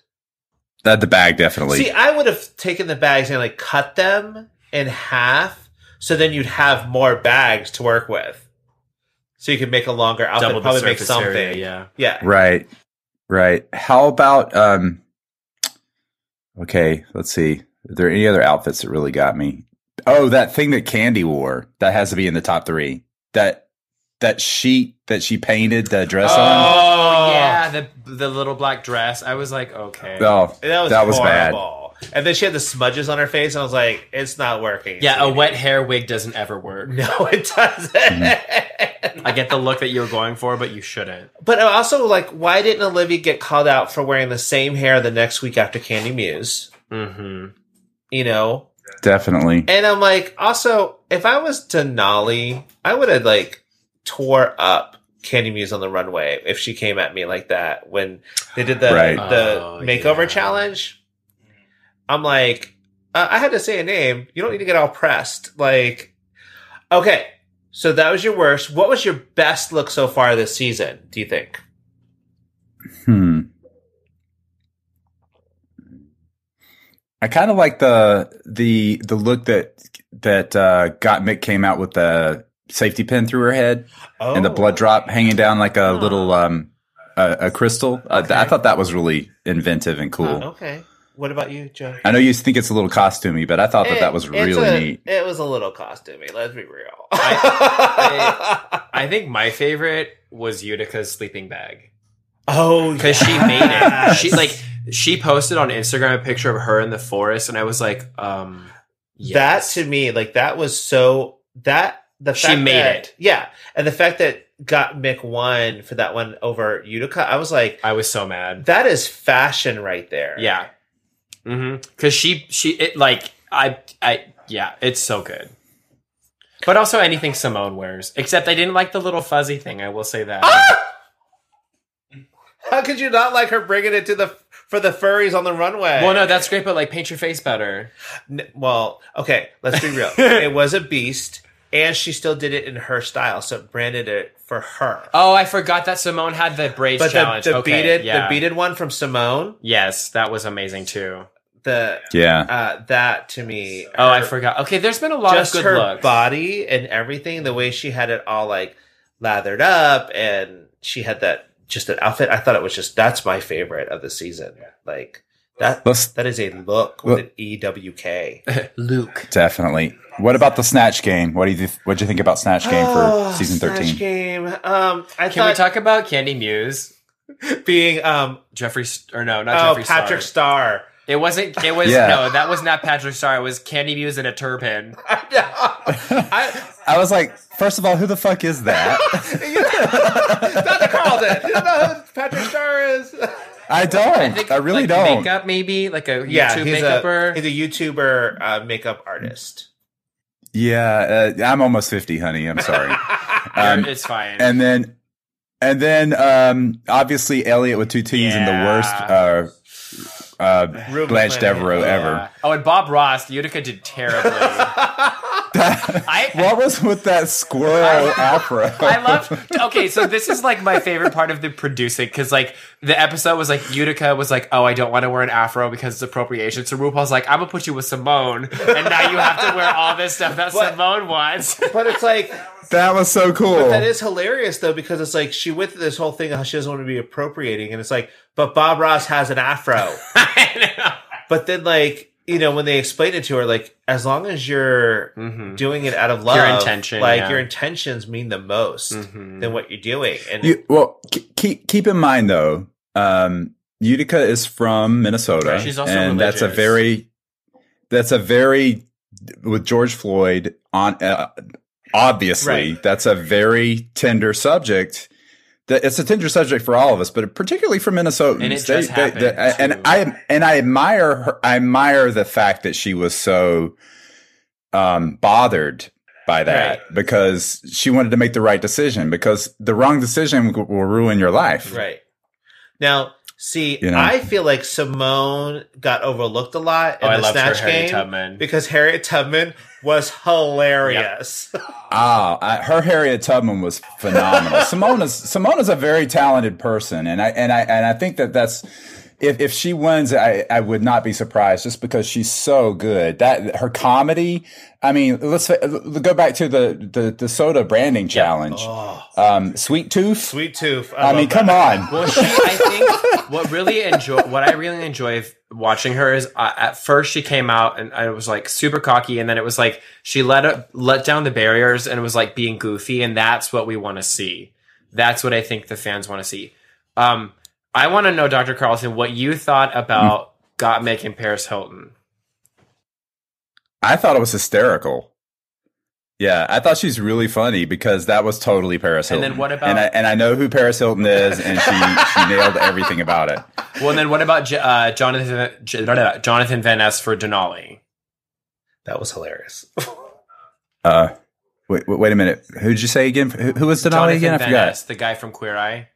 that the bag definitely. See, I would have taken the bags and like cut them in half, so then you'd have more bags to work with. So you could make a longer outfit, Double the probably make surface something. area, yeah. yeah. right. Right. How about um Okay, let's see. Are there any other outfits that really got me? Oh, that thing that Candy wore. That has to be in the top 3. That that sheet that she painted the dress on. Oh, yeah, the the little black dress. I was like, okay. Oh, That was, that was bad. horrible. And then she had the smudges on her face, and I was like, "It's not working." Yeah, a sweetie. wet hair wig doesn't ever work. No, it Mm-hmm. doesn't. I get the look that you were going for, but you shouldn't. But also, like, why didn't Olivia get called out for wearing the same hair the next week after Candy Muse? hmm You know? Definitely. And I'm like, also, if I was Denali, I would have, like, tore up Candy Muse on the runway if she came at me like that when they did the, Right. the Oh, makeover yeah. challenge. I'm like, uh, I had to say a name. You don't need to get all pressed. Like, okay. So that was your worst. What was your best look so far this season, do you think? Hmm. I kind of like the the the look that that uh, got Mick came out with the safety pin through her head Oh. and the blood drop hanging down like a little um a, a crystal. Uh, th- I thought that was really inventive and cool. Okay. What about you, Joe? I know you think it's a little costumey, but I thought that that was really neat. It was a little costumey. Let's be real. I think my favorite was Utica's sleeping bag oh, because she made it. yes. She like she posted on Instagram a picture of her in the forest, and I was like, um, yes. that to me, like that was so that the She fact made that- it. Yeah, and the fact that got Mick won for that one over Utica, I was like, I was so mad. that is fashion right there. Yeah. Mm-hmm. Cause she she it like I I yeah, it's so good. But also anything Simone wears. Except I didn't like the little fuzzy thing, I will say that. Ah! How could you not like her bringing it to the for the furries on the runway? Well no, that's great, but like paint your face better. N- well, okay, let's be real. it was a beast, and she still did it in her style, so it branded it for her. Oh, I forgot that Simone had the braids but the, challenge. the okay, beaded yeah. the beaded one from Simone Yes, that was amazing too. the Yeah, uh, that to me Oh, I her- forgot. Okay, there's been a lot just of good her looks. body and everything the way she had it all like lathered up and she had that just an outfit I thought it was just that's my favorite of the season like that let's that is a look with an E W K Luke. definitely. What about the snatch game? What do you th- what do you think about snatch game for season thirteen? Ah, game um I Can we thought talk about Candy Muse? being um Jeffrey St- or no, not oh Jeffrey Patrick Star It wasn't. It was Yeah. no. That was not Patrick Star. It was Candy Muse in a turban. I, I was like, first of all, who the fuck is that? Dr. Carlton. You don't know who Patrick Starr is. I don't. I, really like don't. Makeup maybe like a Yeah, YouTube he's makeuper. a he's a YouTuber uh, makeup artist. Yeah, uh, I'm almost 50, honey. I'm sorry. um, it's fine. and then, and then, um, obviously Elliot with two T's and the worst, uh, uh, Ruben Blanche Planet, Devereaux Yeah. Oh, and Bob Ross, Utica did terribly. I ever. What was with that squirrel opera? I love. Okay, so this is like my favorite part of the producing because like the episode was like Utica was like, oh, I don't want to wear an afro because it's appropriation. So RuPaul's like, I'm gonna put you with Simone, and now you have to wear all this stuff that What? Simone wants. But it's like that was so cool. that is hilarious though because it's like she went through this whole thing how she doesn't want to be appropriating and it's like but Bob Ross has an afro. But then like you know when they explain it to her like as long as you're Mhm. doing it out of love intention, like yeah. Mm-hmm. your intentions mean the most than what you're doing and you, well, ke- keep keep in mind though, um, Utica is from Minnesota, Right, she's also and that's a religious. very, that's a very with George Floyd on. Uh, obviously, Right. that's a very tender subject. That it's a tender subject for all of us, but particularly for Minnesotans. And it just happened and to- I and I admire her. I admire the fact that she was so um, bothered by that because she wanted to make the right decision because the wrong decision w- will ruin your life. Right. Now, see, You know? I feel like Simone got overlooked a lot in Oh, I the loved her Snatch Harriet game Tubman. because Harriet Tubman was hilarious. Ah, I, her Harriet Tubman was phenomenal. Simona's Simona's a very talented person, and I and I and I think that that's. If, if she wins, I, I would not be surprised just because she's so good. That her comedy, I mean, let's fa- l- go back to the, the, the soda branding challenge. Um, sweet tooth. Oh. Sweet tooth. I mean, come on. Well, she, I think what really enjoy what I really enjoy of watching her is uh, at first she came out and I was like super cocky, and then it was like she let up, let down the barriers and was like being goofy, and that's what we want to see. That's what I think the fans want to see. Um, I want to know, Dr. Carlson, what you thought about got making Paris Hilton. I thought it was hysterical. Yeah, I thought she's really funny because that was totally Paris And Hilton. then what about- And I, and I know who Paris Hilton is, and she, she nailed everything about it. Well, and then what about J- uh, Jonathan J- Jonathan Van Ness for Denali? That was hilarious. Uh, wait, wait, wait a minute. Who did you say again? Who, who was Denali Jonathan again? I Van forgot. Ness, the guy from Queer Eye.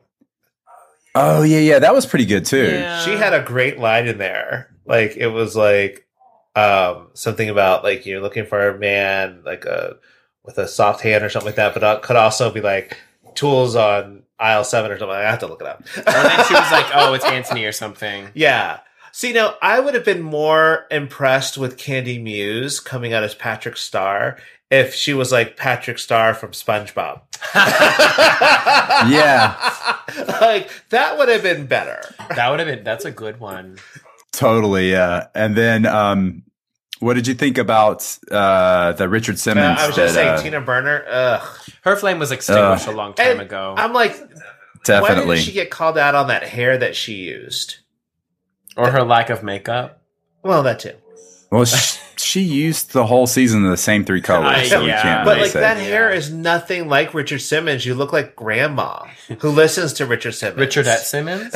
Oh yeah, yeah, that was pretty good too. Uh, she had a great line in there. Like it was like um something about like you're looking for a man like a with a soft hand or something like that, but it could also be like tools on aisle seven or something. I have to look it up. and then she was like, "Oh, it's Anthony or something." Yeah. See, now I would have been more impressed with Candy Muse coming out as Patrick Starr if she was like Patrick Starr from SpongeBob. yeah, like that would have been better. That would have been. That's a good one. totally. Yeah, and then um, what did you think about uh the Richard Simmons? I was just that, saying uh, Tina Burner. Ugh. Her flame was extinguished a long time And ago, I'm like, why definitely. did she get called out on that hair that she used? or her lack of makeup. Well, that too. well, she, she used the whole season of the same three colors, I- so we yeah. can't. But really like say. that hair is nothing like Richard Simmons. You look like grandma who listens to Richard Simmons. Richard at Simmons.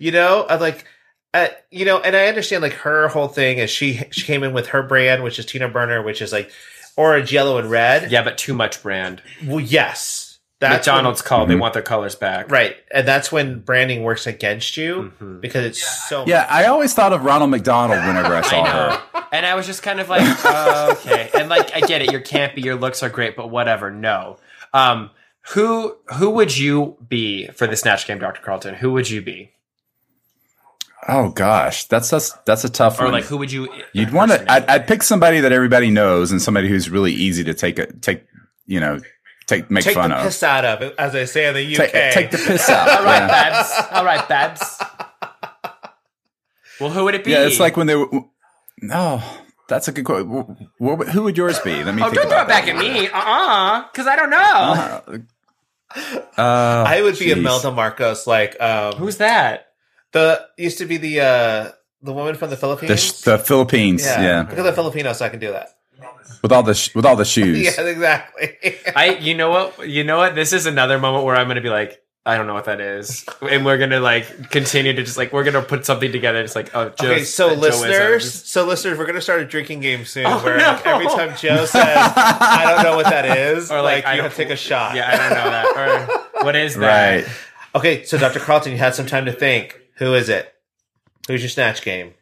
you know, I like, uh, you know, and I understand like her whole thing is she she came in with her brand, which is Tina Burner, which is like orange, yellow, and red. yeah, but too much brand. Well, yes, McDonald's called. They Mhm. want their colors back. when- right, and that's when branding works against you because it's so Mm-hmm. Yeah, I always thought of Ronald McDonald whenever I I saw her. know. And I was just kind of like, okay. And like, I get it. You're campy. Your looks are great, but whatever. No. Um, who who would you be for the snatch game, Doctor Carlton? Who would you be, Oh gosh, that's that's that's a tough or one. like who would you? You'd want to. impersonate? I'd, I'd pick somebody that everybody knows and somebody who's really easy to take a take. You know, take make Take fun the of. piss out of, as they say in the UK. Take, take the piss out. All right, yeah. Babs. All right, Babs. Well, who would it be? Yeah, it's like when they were. No, that's a good question. who would yours be? Let me Oh, think don't throw about it back that. at me. Uh uh Because I don't know. Uh, I would be jeez. Uh, Imelda Marcos, like um, Who's that? the The used to be the uh the woman from the The, Philippines. sh- the Philippines, yeah. Because the Filipino, so I can do that. with all the sh- with all the shoes. Yeah, exactly. I you know what you know what this is another moment where I'm gonna be like I don't know what that is, and we're gonna like continue to just like we're gonna put something together. It's like oh, Joe, okay, so Joe is a- listeners, so listeners, we're gonna start a drinking game soon Oh, where no. like, every time Joe says, "I don't know what that is," Or, or like, like, I you don't- have to take a shot. yeah, I don't know that. Or what is that? right. Okay, so Dr. Carlton, you had some time to think. Who is it? Who's your snatch game?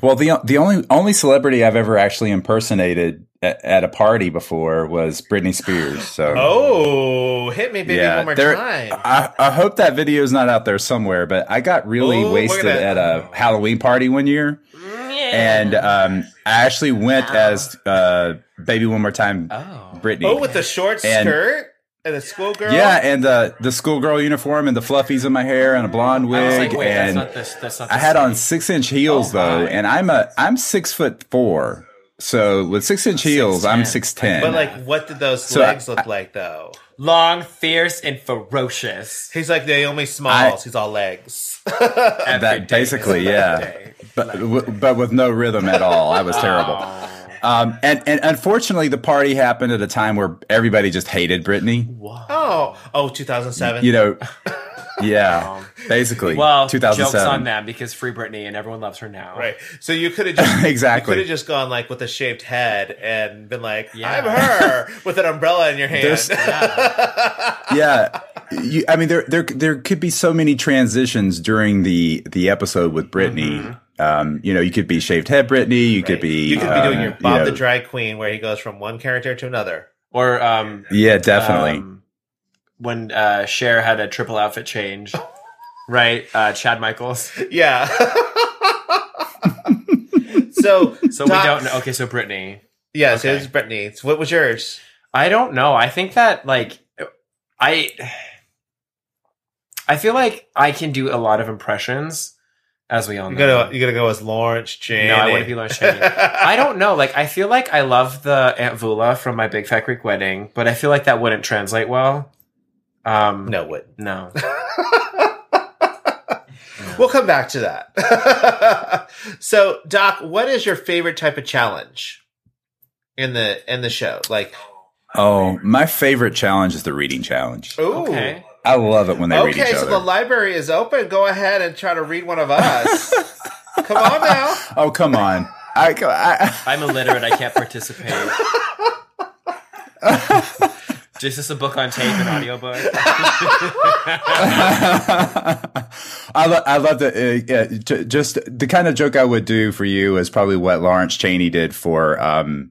Well, the the only only celebrity I've ever actually impersonated at, at a party before was Britney Spears. So Oh, hit me, baby, one more there- time. I, I hope that video is not out there somewhere, but I got really Ooh, look wasted at at that. a Halloween party one year, and um, I actually went as uh, "Baby One More Time" Oh. Britney. Oh, with the short And- skirt and the schoolgirl. yeah, and the the schoolgirl uniform and the fluffies in my hair and a blonde I was wig, like, wait, that's and not this. That's not. The I had same. on six inch heels though, and I'm a I'm six foot four, so with six inch heels, I'm six ten. But like, what did those So legs look like though? long, fierce, and ferocious. He's like Naomi Smalls. he's all legs. that basically, yeah. But w- but with no rhythm at all, I was terrible. Um, and and unfortunately, the party happened at a time where everybody just hated Britney. oh, oh, 2007. You know, yeah, basically. Well, jokes 2007. on them because free Britney and everyone loves her now. right. So you could have just Exactly. You could have just gone like with a shaved head and been like, Yeah. "I'm her" with an umbrella in your hand. There's- yeah. You, I mean, there there there could be so many transitions during the the episode with Brittany. Um, you know, you could be shaved head Brittany. You could be Mm-hmm. you could be uh, doing your Bob you the know- Drag Queen, where he goes from one character to another. Or um, Yeah, definitely. um, when uh, Cher had a triple outfit change, right? Uh, Chad Michaels. Yeah. so, So we don't know. Okay, so Brittany. Yes, Okay. it was Brittany. So What was yours? I don't know. I think that like I I feel like I can do a lot of impressions, as we all You know. gotta you gotta go as Lawrence Cheney. no, I want to be Lawrence Cheney. I don't know. Like, I feel like I love the Aunt Vula from my Big Fat Greek Wedding, but I feel like that wouldn't translate well. Um, no, wouldn't. no. We'll come back to that. so, Doc, what is your favorite type of challenge in the in the show? Like, oh, my favorite challenge is the reading challenge. ooh, Okay. I love it when they read Oh. okay. each So other. the library is open. Go ahead and try to read one of us. come on now. oh, come on. I, I I'm illiterate. I can't participate. Just as a book on tape and audiobook. I, lo- I love the uh, yeah, j- just the kind of joke I would do for you is probably what Lawrence Cheney did for um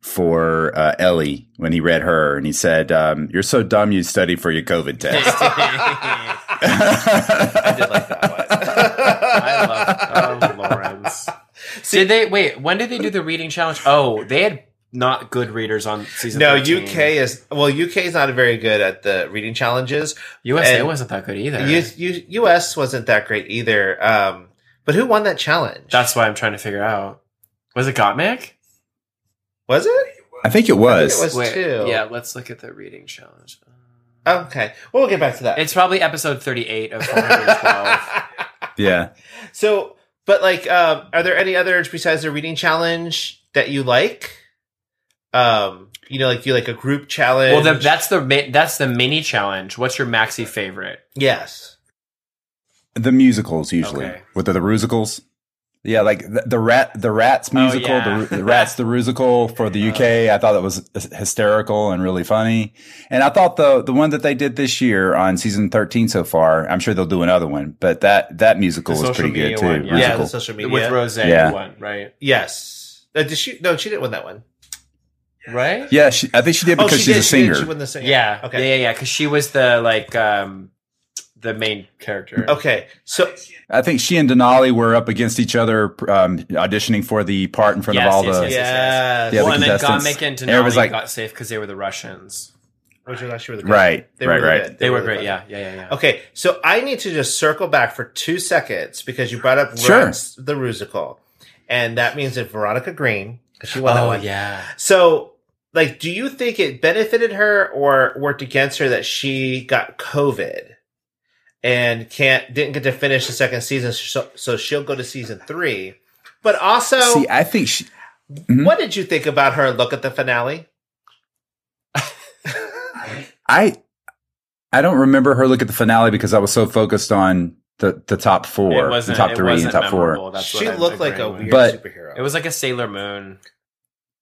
for uh, Ellie when he read her and he said um, you're so dumb you studied for your COVID test. I I did like that one. love oh, Lawrence. did they wait? When did they do the reading challenge? Oh, they had not good readers on season. No, 13. UK is well. UK is not very good at the reading challenges. USA and- wasn't that good either. U- U- US wasn't that great either. Um, but who won that challenge? That's why I'm trying to figure out. Was it Gottmik? was it? I think it I was. think it was two. yeah, let's look at the reading challenge. Okay. Well, we'll get back to that. It's probably episode 38 of 412. Yeah. so, but like, um, are there any others besides the reading challenge that you like? Um, you know, like you like a group challenge. well, the, that's the ma- that's the mini challenge. What's your maxi favorite? yes. The musicals usually. Okay. With the, the musicals. Yeah, like the, the rat, the rats musical, Oh, yeah. the, Ru- the rats, the musical for the UK. I thought that was hys- hysterical and really funny. And I thought the the one that they did this year on season thirteen so far. I'm sure they'll do another one, but that that musical The was social pretty good media too. one, yeah. Yeah, the Musical. social media. With Rose Yeah. one, right? yes. Uh, did she? No, she didn't win that one. Oh, Right? Yeah, she, I think she Oh, did because she she's did, a she did, singer. She won the singer. Yeah. Okay. Yeah, yeah, yeah, cuz she was the like um the main character. Okay. So I think she and Denali were up against each other um, auditioning for the part in front Yes, of all yes, the. yes, yeah. Yeah, well, and then contestants. Gottmik and Denali Everyone's like- got safe cuz they were the Russians. Which was actually really good. Right, They were right, really right. good. They, were really great. fun. Yeah, yeah, yeah, yeah. Okay, so I need to just circle back for two seconds because you brought up Sure. Rats, the Rusical, and that means that Veronica Green, 'cause she won that Oh, one. yeah. So, like, do you think it benefited her or worked against her that she got COVID and can't didn't get to finish the second season, so, so she'll go to season three. But also, See, I think she. Mhm. what did you think about her look at the finale? I I don't remember her look at the finale because I was so focused on the, the top four, it the wasn't, top it three, and wasn't top memorable. four. That's what she I'm looked like a agreeing with. weird But- superhero. It was like a Sailor Moon.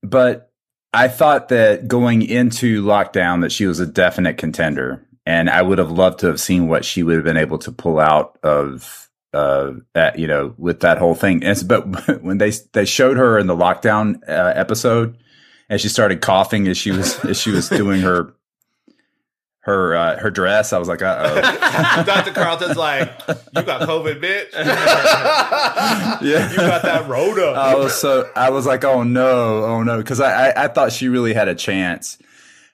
But I thought that going into lockdown that she was a definite contender, and I would have loved to have seen what she would have been able to pull out of uh that you know with that whole thing. And it's, but when they they showed her in the lockdown uh, episode, and she started coughing as she was as she was doing her. Her uh, her dress. I was like, uh Dr. Carlton's like, you got COVID, bitch. You got that Uh, Rhoda. I was so I was like, oh no, oh no, because I, I I thought she really had a chance.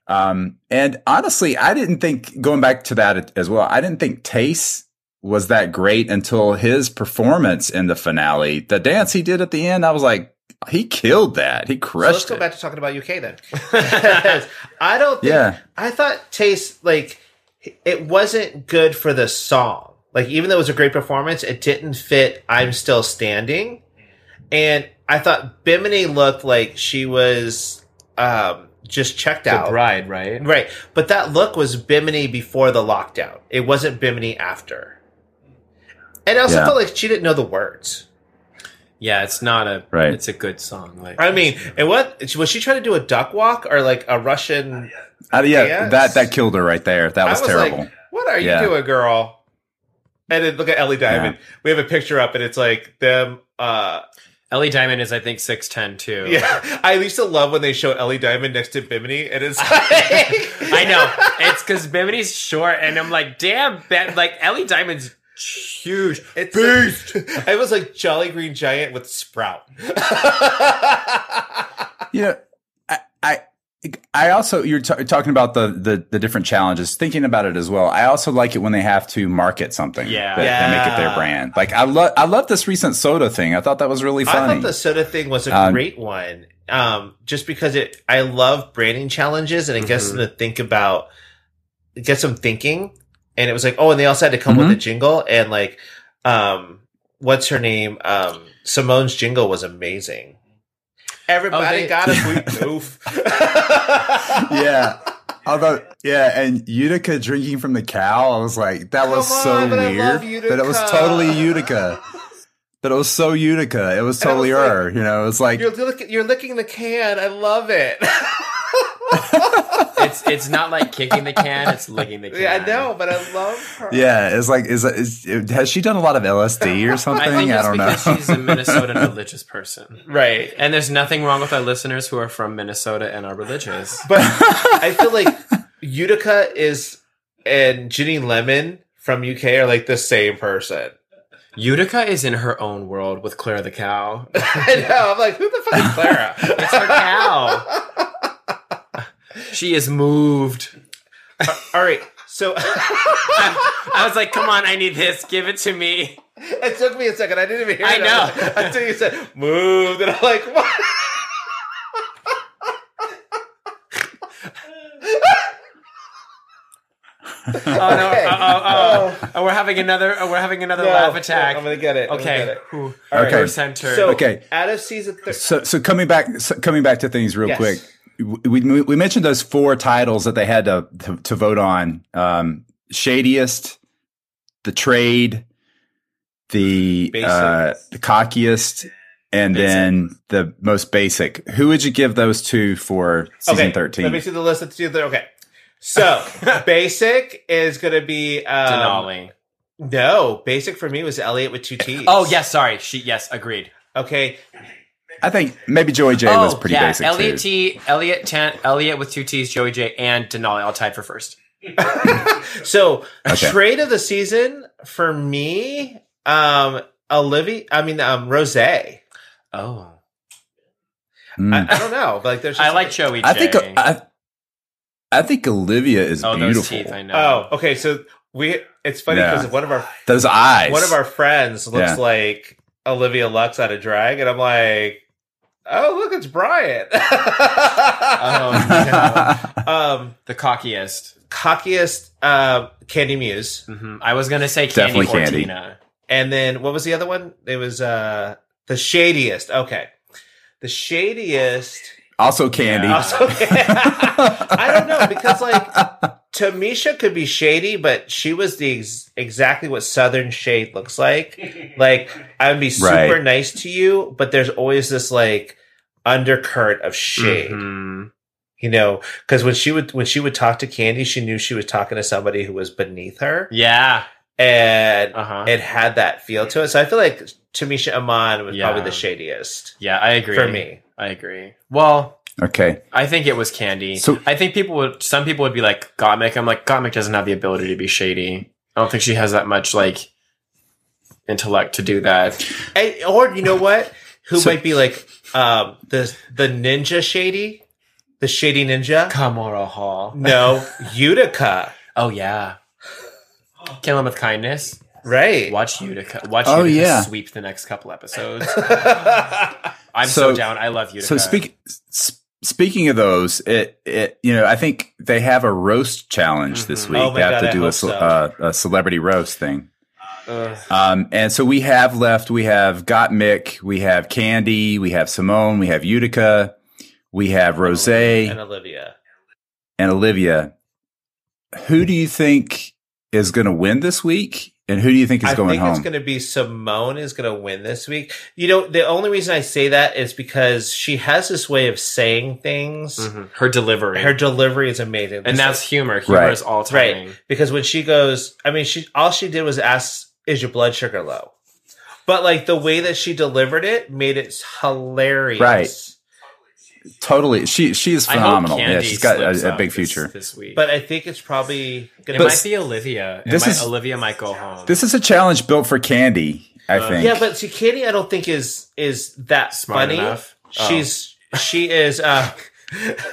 Um, and honestly, I didn't think going back to that as well. I didn't think Tace was that great until his performance in the finale. The dance he did at the end, I was like, he killed that. He So crushed let's go it. back to talking about UK then. I don't think Yeah. I thought Taste like it wasn't good for the song. Like even though it was a great performance, it didn't fit I'm Still Standing. And I thought Bimini looked like she was um just checked The out. bride, right? Right. But that look was Bimini before the lockdown. It wasn't Bimini after. And I also Yeah. felt like she didn't know the words. Yeah, it's not a. Right. It's a good song. Like I mean, and what was she trying to do a duck walk or like a Russian Uh, yeah, Yes. that that killed her right there. That was, I was terrible. like, what are Yeah. you doing, girl? And then look at Ellie Diamond. We have a picture up, and it's like them. Uh, Ellie Diamond is, I think, six ten too. yeah, I used to love when they show Ellie Diamond next to Bimini, and it's like, I know. It's because Bimini's short, and I'm like, damn, Ba- like Ellie Diamond's huge. it's beast. it was like Jolly Green Giant with Sprout. you know, I, I, I also you're ta talking about the, the the different challenges. Thinking about it as well, I also like it when they have to market something. Yeah. that, that make it Yeah. their brand. Like I love I love this recent soda thing. I thought that was really I funny. thought the soda thing was a Um, great one, um, just because it. I love branding challenges, and it gets Mm-hmm. them to think about, it gets them thinking. And it was like, oh, and they also had to come Mm-hmm. with a jingle, and like, um, what's her name? Um, Simone's jingle was amazing. Everybody Oh, they- got a sweet tooth. yeah. Although, yeah, and Utica drinking from the cow, I was like, that was Come so on, but I weird. love That it was Utica. totally Utica. That it was so Utica. It was And I totally was like- her. you know, it was like you're, lick- you're licking the can. I love it. It's it's not like kicking the can; it's licking the can. yeah, I know, but I love her. yeah, it's like is, is has she done a lot of LSD or something? I think it's don't because know. she's a Minnesota religious person. Right. And there's nothing wrong with our listeners who are from Minnesota and are religious. But I feel like Utica is and Ginny Lemon from UK are like the same person. Utica is in her own world with Claire the cow. I know. I'm like, who the fuck is Clara? It's her cow. she is moved. All right. So I was like, come on, I need this. Give it to me. it took me a second. I didn't even hear I it. know. was like- until you said move. And I'm like, what? Oh no! Okay. Oh, oh, oh. oh, we're having another. Oh, we're having another laugh attack. I'm going to get it. I'm gonna get okay. it. Whew. All Okay. We're centered. So Okay. out of season three. So, so coming back, so coming back to things real Yes. quick. We, we we mentioned those four titles that they had to to, to vote on: um, shadiest, the trade, the uh, Basic. the cockiest, and then the most basic. Who would you give those to for season okay. thirteen? Let me see the list of the season three. Okay. So basic is going to be. Um, Denali. No. Basic for me was Elliot with two T's. Oh yes, sorry. She yes, agreed. Okay. I think maybe Joey J oh was pretty yeah, basic Elliot too. T, Elliot Tan, Elliot with two T's, Joey J, and Denali all tied for first. So Okay. trade of the season for me, um, Olivia. I mean, um, Rose. I, Oh, Mm. I don't know. Like, there's. Just I like Joey J. I think I, I think Olivia is oh, those beautiful. teeth. I know. Oh, okay. So we. It's funny Yeah. because one of our Those eyes. one of our friends looks Yeah. like Olivia Lux out of drag, and I'm like, oh look, it's Brian. Oh, no. um, um, the cockiest. cockiest uh, Candy Muse, hmm I was gonna say Definitely Candy or Candy. Tina. and then what was the other one? It was uh, the shadiest. Okay, the shadiest. Also, candy. Also, I don't know because like Tamisha could be shady, but she was the ex- exactly what Southern shade looks like. Like I would be super Right. nice to you, but there's always this like undercurrent of shade, Mhm. you know. Because when she would when she would talk to Candy, she knew she was talking to somebody who was beneath her, Yeah. and Uh huh. it had that feel to it. So I feel like Tamisha Aman was probably Yeah. the shadiest Yeah, I agree. for me. I agree. Well, Okay. I think it was Candy. So- I think people would. Some people would be like Gottmik. I'm like Gottmik doesn't have the ability to be shady. I don't think she has that much like intellect to do that. And, or you know what? Who So- might be like um, the the ninja shady, the shady ninja? Kamora Hall. No, Utica, Oh yeah. Kill him with kindness. right? Watch Utica. Watch Oh, Utica yeah. sweep the next couple episodes. I'm so, So- down. I love Utica. So speak. s- Speaking of those, it it you know I think they have a roast challenge this Mhm. week. Oh my they have God, I to do a, hope ce- so. uh, a celebrity roast thing. Ugh. Um, and so we have left, we have Got Mick, we have Candy, we have Simone, we have Utica, we have Oh, Rose and and Olivia. Olivia. Who do you think is going to win this week? And who do you think is I going think it's home? going to be Simone is going to win this week. You know, the only reason I say that is because she has this way of saying things. Mm-hmm. Mhm. Her delivery. Her delivery is amazing, and Just that's humor. Humor Right. is all Right. timing. because when she goes, I mean, she all she did was ask, "Is your blood sugar low?" But like the way that she delivered it made it hilarious. Right. totally. She she is I hope phenomenal. Yeah, Candy she's got slips a, a up big this- future. this, week. But I think it's probably it gonna. But- might be Olivia. It This might, is- Olivia might go home. This is a challenge built for Candy, I think. yeah, but see, Candy, I don't think is is that Smart funny. enough. Oh. She's she is uh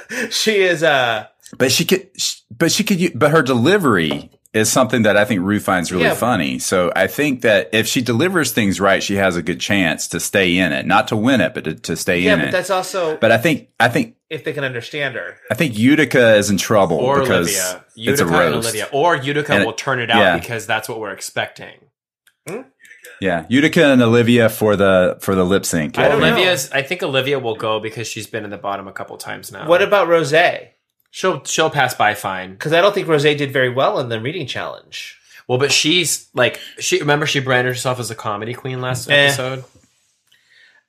she is uh But she could, sh but she could, u- but her delivery is something that I think Rue finds really Yeah. funny. So I think that if she delivers things right, she has a good chance to stay in it, not to win it, but to, to stay yeah, in but it. that's also but I think, I think, if they can understand her. I think Utica is in trouble or because Olivia. it's a Utica and roast. Olivia. Or Utica And it- will turn it out yeah. because that's what we're expecting. Yeah, Utica and Olivia for the for the lip sync. I don't know. Olivia's I think Olivia will go because she's been in the bottom a couple times now. What about Rose? Because she'll she'll pass by fine. I don't think Rose did very well in the reading challenge. Well, but she's like she remember she branded herself as a comedy queen last Eh. episode.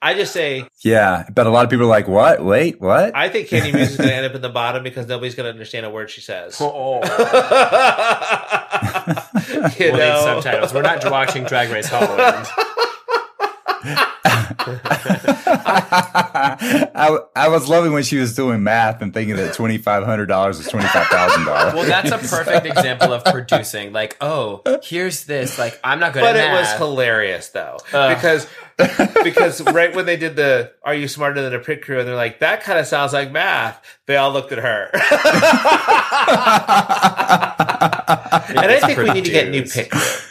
I just say Yeah, but a lot of people are like, "What? Wait, what?" I think Candy Muse is going to end up in the bottom because nobody's going to understand a word she says. Oh, you we'll need know? subtitles. We're not watching Drag Race Holland. I, I was loving when she was doing math and thinking that twenty five hundred dollars was twenty five thousand dollars. Well, that's a perfect example of producing. Like, oh, here's this. Like, I'm not good But at it was math. hilarious though because because right when they did the "Are you smarter than a pit crew?" and they're like, "That kind of sounds like math," they all looked at her. and I think we need to get new produced. pit crew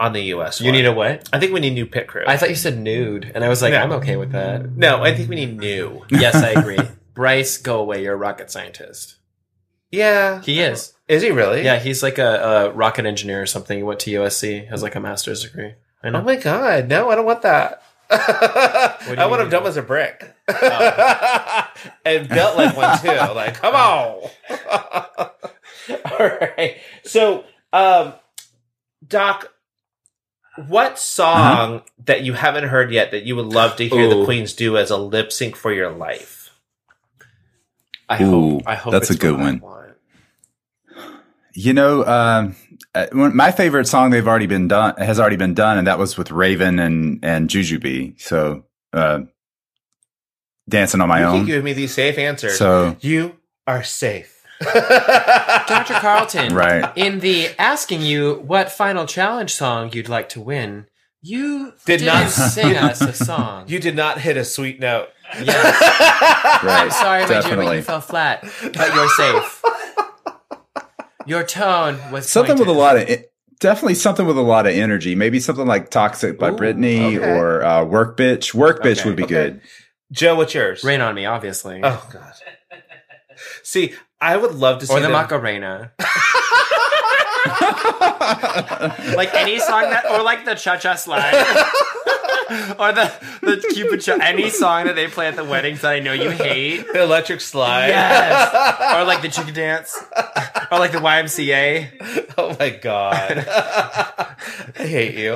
on the U.S. you one. need a what? I think we need new pit crew. I thought you said nude, and I was like, No. I'm okay with that. no, I think we need new. Yes, I agree. Bryce, go away. You're a rocket scientist. Yeah, He is. is he really? Yeah, he's like a, a rocket engineer or something. He went to USC, has like a master's degree. I Oh know. my god, no, I don't want that. I want mean him you dumb as a brick and built like one too. Like, come on. All right. So, um, Doc, what song that you haven't heard yet that you would love to hear the Ooh. Queens do as a lip sync for your life? I Ooh, hope. I hope that's it's a good what I one. want. You know, um, uh, one- my favorite song they've already been done has already been done, and that was with Raven and and Jujubee. So, uh, dancing on my You own. can give me these safe answers. So, you are safe. Dr. Carlton, Right. in the asking you what final challenge song you'd like to win, you Did did, not- not sing us a song. You did not hit a sweet note. yes. right, I'm sorry, my dear, but definitely. you fell flat, but you're safe. Your tone was something with a pointed. lot of it, definitely something with a lot of energy. Maybe something like "Toxic" by Ooh, Britney okay. or uh, "Work Bitch." "Work Bitch" Okay, would be okay. good. Joe, what's yours? Rain on me, obviously. Oh god. See, I would love to Oh, see or the them- Macarena, Like like any song that, or like the cha cha slide, or the the Cupid cha, any song that they play at the weddings that I know you hate. the electric slide. Yes, or like the chicken dance, or like the YMCA, Oh my god. I hate you.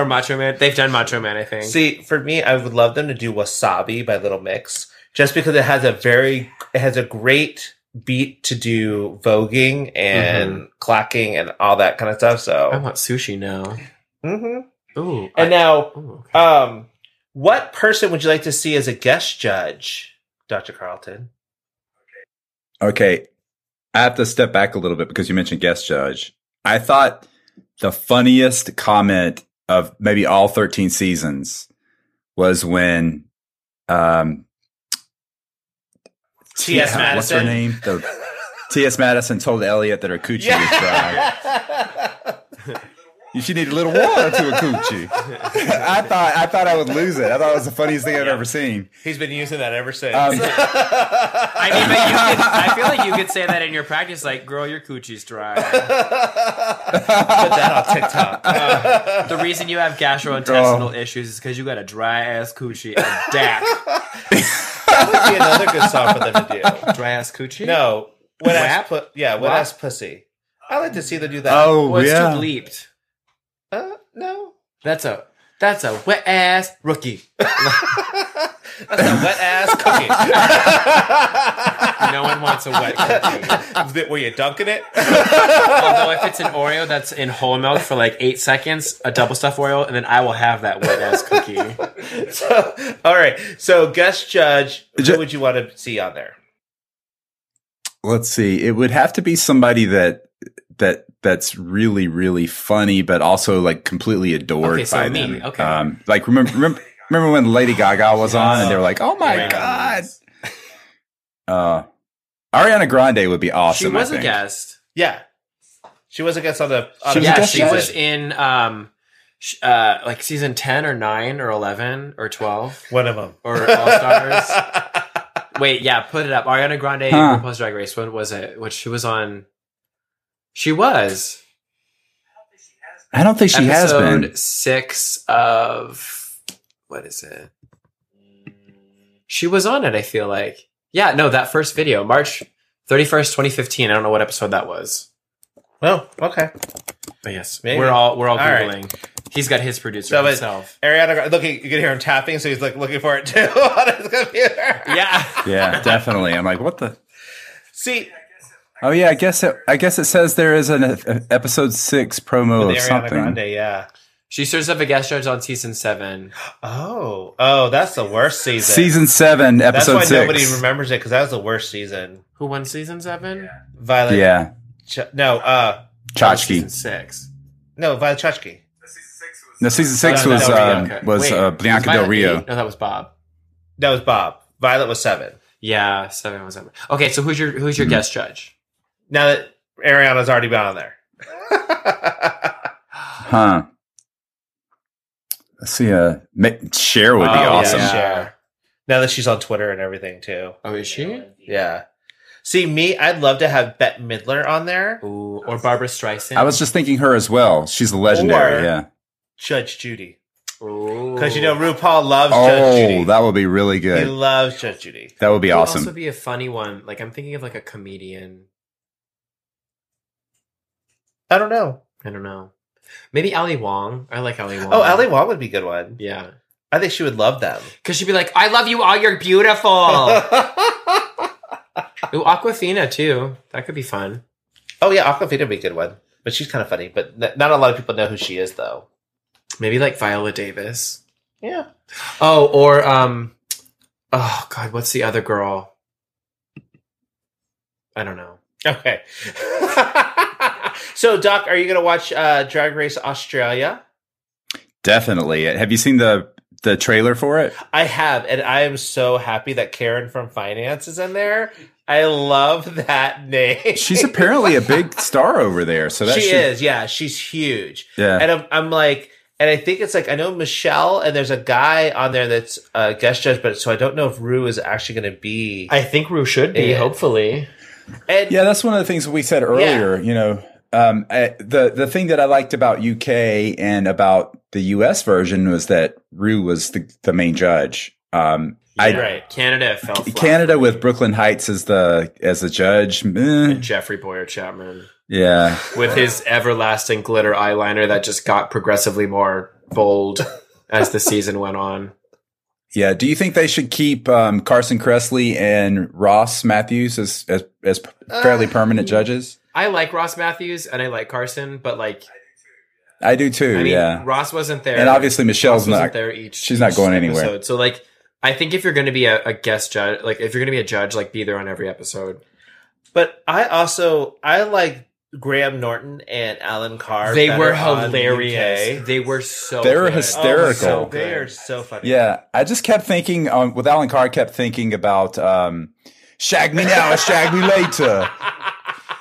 or Macho Man. They've done Macho Man, I think. See, for me, I would love them to do Wasabi by Little Mix, just because it has a very, it has a great beat to do voguing and Mm-hmm. clacking and all that kind of stuff. I So, want sushi now. Mhm. Ooh, I- and now, ooh, okay. um, what person would you like to see as a guest judge, Dr. Carlton? Okay. I have to step back a little bit because you mentioned guest judge. I thought the funniest comment of maybe all 13 seasons was when um T.S. yeah, What's her Madison. name? The- T.S. Madison told Elliot that her coochie was dry. She needed a little water to a coochie. I thought I thought I would lose it. I thought it was the funniest thing I'd ever seen. He's been using that ever since. Uh, Um, I mean, but you could, I feel like you could say that in your practice, like, "Girl, your coochie's dry." Put that on TikTok. The reason you have gastrointestinal issues is because you got a dry ass coochie and dak. that would be another good song for them to do. Dry ass coochie? No, wet ass, Wap? pu- yeah, wet Wap? ass pussy. I like to see them do that. Oh Well, it's yeah. too bleeped. Uh, no. That's a that's a wet ass rookie. That's a wet ass No one wants a wet cookie. cookie. Were you dunking it? Although if it's an Oreo that's in whole milk for like eight seconds, a double stuffed Oreo, and then I will have that wet ass cookie. So, all right. So, guest judge, Ju- who would you want to see on there? let's see it would have to be somebody that that that's really really funny but also like completely adored Okay, so by me, them okay. um like remember remember, remember when lady gaga was on and they were like oh my Yes. god uh ariana grande would be She awesome was I a think. guest. Yeah, she was a guest on the. On She was the a Yeah, guest she season. was in um sh- uh like season ten or nine or eleven or twelve one of them. or All Stars. Wait, yeah, put it up. Ariana Grande Huh. RuPaul's Drag Race. What was it? What she was on? She was i don't think she has episode been six of what is it? She was on it. I feel like yeah. No, that first video, March thirty first, twenty fifteen. I don't know what episode that was. Well, okay. But yes, Maybe. we're all we're all, All right. googling. He's got his producer So it- himself. Ariana, Grande- look, you can hear him tapping, so he's like looking for it too on his computer. yeah. yeah definitely i'm like what the See, oh yeah i guess it i guess it says there is an uh, episode six promo the of Ariana something Grande, yeah. She serves up a guest judge on season seven. Oh, oh, that's the worst season. season seven That's episode why six nobody remembers it because that was the worst season. Who won season seven? Violet, yeah Ch- no, uh, Tchotchke. Season six. No, Violet Chachki. No, season six no, was Del Rio. um, Okay. was Wait, uh, Bianca was Del Violet Rio. eight? No, that was Bob. That was Bob. Violet was seven. Yeah, seven was seven. Okay, so who's your who's your guest judge? Now that Ariana's already been on there. Huh. Let's see. Uh, Ma- Cher would be Oh, yeah, awesome. Cher. Now that she's on Twitter and everything too. Oh, is she? Yeah. See me, I'd love to have Bette Midler on there. Ooh, or Barbara Streisand? I was just thinking her as well. She's legendary. Or- yeah. Judge Judy, Oh. because because you know RuPaul loves Judge Judy. Oh, that would be really he good. loves Judge Judy. That would be awesome. Also, be a funny one. Like I'm thinking of like a comedian. I don't know. I don't know. Maybe Ali Wong. I like Ali Wong. Oh, Ali Wong would be a good one. Yeah, I think she would love them. because she'd be like, "I love you all. You're beautiful." Ooh, Aquafina too. That could be fun. Oh yeah, Aquafina would be a good one, but she's kind of funny. But n- not a lot of people know who she is, though. Maybe like Viola Davis. Yeah, Oh, or um, oh God, what's the other girl? I don't know. Okay. so, Doc, are you going to watch uh, Drag Race Australia? Definitely. Have you seen the the trailer for it? I have, and I am so happy that Karen from Finance is in there. I love that name. She's apparently a big star over there. So that she should- is, yeah. She's huge, Yeah. and I'm, I'm like, And I think it's like I know Michelle, and there's a guy on there that's a guest judge, but so I don't know if Rue is actually going to be. I think Rue should be, Yeah. hopefully. and Yeah, that's one of the things we said earlier. You know, um, I, the the thing that I liked about UK and about the US version was that Rue was the, the main judge. Um, I right. Canada fell flat. Canada with Brooklyn Heights as the as the judge. meh. Jeffrey Boyer Chapman yeah, with his everlasting glitter eyeliner that just got progressively more bold as the season went on. yeah. Do you think they should keep um, Carson Cressley and Ross Matthews as as, as Uh, fairly permanent judges? I like Ross Matthews and I like Carson, but like I do too. I mean, yeah, Ross wasn't there, and obviously Michelle's Ross wasn't not. there each. she's not each going anywhere. episode. So like, I think if you're going to be a, a guest judge, like if you're going to be a judge, like be there on every episode. but I also I like Graham Norton and Alan Carr. they better were on hilarious. UK. They were so. They were good. hysterical. Oh, Hysterical. so they are so funny. Yeah, I just kept thinking um, with Alan Carr. Kept thinking about um, shag me now, shag me later.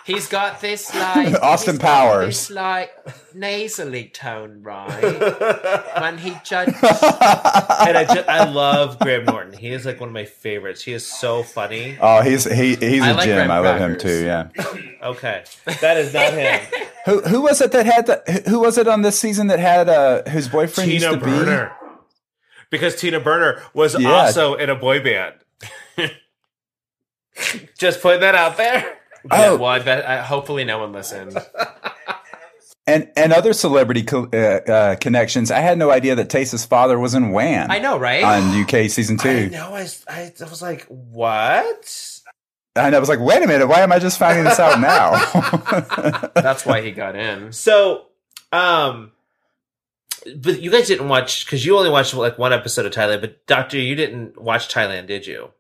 He's got this like Austin he's got Powers. this, like nasally tone, right? when he judged, and I just, I love Graham Norton. He is like one of my favorites. He is so funny. Oh, he's he he's I a like gem. Graham I love him Crackers. too. Yeah. Okay, that is not him. who who was it that had the who was it on this season that had uh whose boyfriend Tina used to Burner. Because Tina Burner was Yeah. also in a boy band. Just putting that out there. Oh. well, I bet. I, hopefully, no one listened. be and and other celebrity co- uh, uh, connections? I had no idea that Tace's father was in Wham. I know, right? on UK season I two. know. I, s- I, I was like, what? And I was like, wait a minute, why am I just finding this out now? That's why he got in. So, um, but you guys didn't watch because you only watched like one episode of Thailand. But Doctor, you didn't watch Thailand, did you?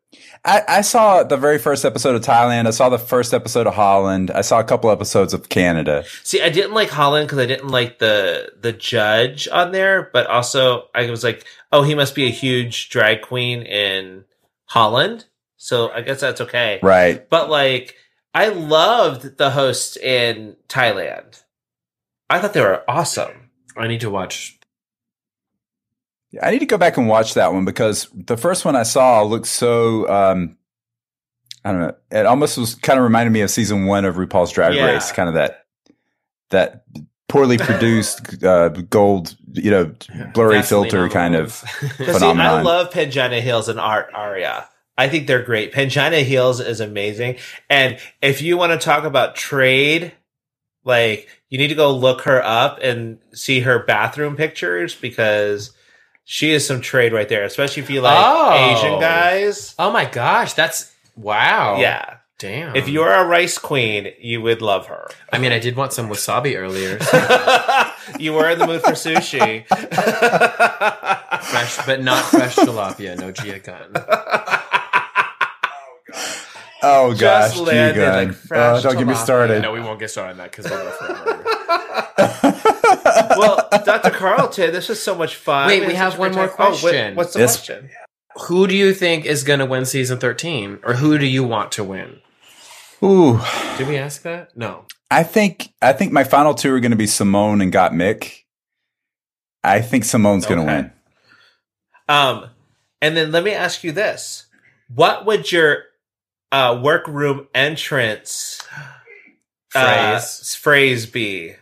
I, I saw the very first episode of Thailand. I saw the first episode of Holland. I saw a couple episodes of Canada. See, I didn't like Holland because I didn't like the the judge on there, but also I was like, oh, he must be a huge drag queen in Holland, so I guess that's okay. Right. But like, I loved the hosts in Thailand. I thought they were awesome. I need to watch. I need to go back and watch that one because the first one I saw looked so um I don't know. It almost was kind of reminded me of season one of RuPaul's Drag Yeah. Race, kind of that that poorly produced uh, gold, you know, blurry filter kind of. Because I Phenomenon. love Pangina Hills and Art Aria. I think they're great. Pangina Hills is amazing, and if you want to talk about trade, like you need to go look her up and see her bathroom pictures because she is some trade right there. Especially if you like Oh. Asian guys. Oh my gosh, that's wow. Yeah, damn. if you're a rice queen, you would love her. I mean, I did want some wasabi earlier, so you were in the mood for sushi. fresh, but not fresh tilapia. No Gia gun. Oh gosh, gee, landed God. like fresh Oh, don't get me tilapia. started. No, we won't get started on that because we'll go forever. well, Dr. Carlton, this was so much fun. Wait, we It's have such a one great more time. Oh, what- question. what's the Yes. question? Who do you think is going to win season 13? Or who do you want to win? Ooh, Did we ask that? No. I think I think my final two are going to be Simone and Got Mick. I think Simone's going to Okay. win. Um, and then let me ask you this: What would your uh, workroom entrance uh, Phrase. s- phrase be?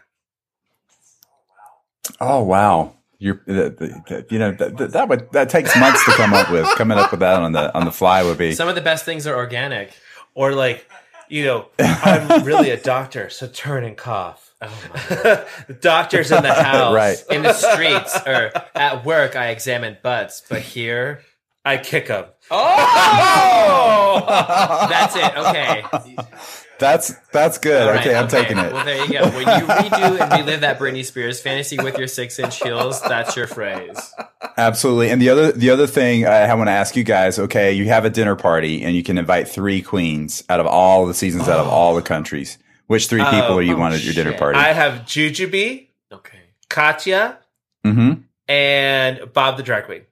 Oh wow, you're th th th- you know th- th- that would that takes months to come up with. Coming up with that on the on the fly would be Some of the best things are organic. Or like, you know, I'm really a doctor, so turn and cough. Oh my. The Doctors in the house. Right. In the streets or at work, I examine butts, but here. I kick them. Oh! That's it. Okay. that's that's good. All right, okay, I'm taking it. Well, there you go. When you redo and relive that Britney Spears fantasy with your six inch heels, that's your phrase. Absolutely. And the other the other thing I want to ask you guys, okay, you have a dinner party and you can invite three queens out of all the seasons out of all the countries. Which three people Oh, are you oh, want at your dinner shit. party? I have Jujubee, Okay. Katya, hmm and Bob the drag queen.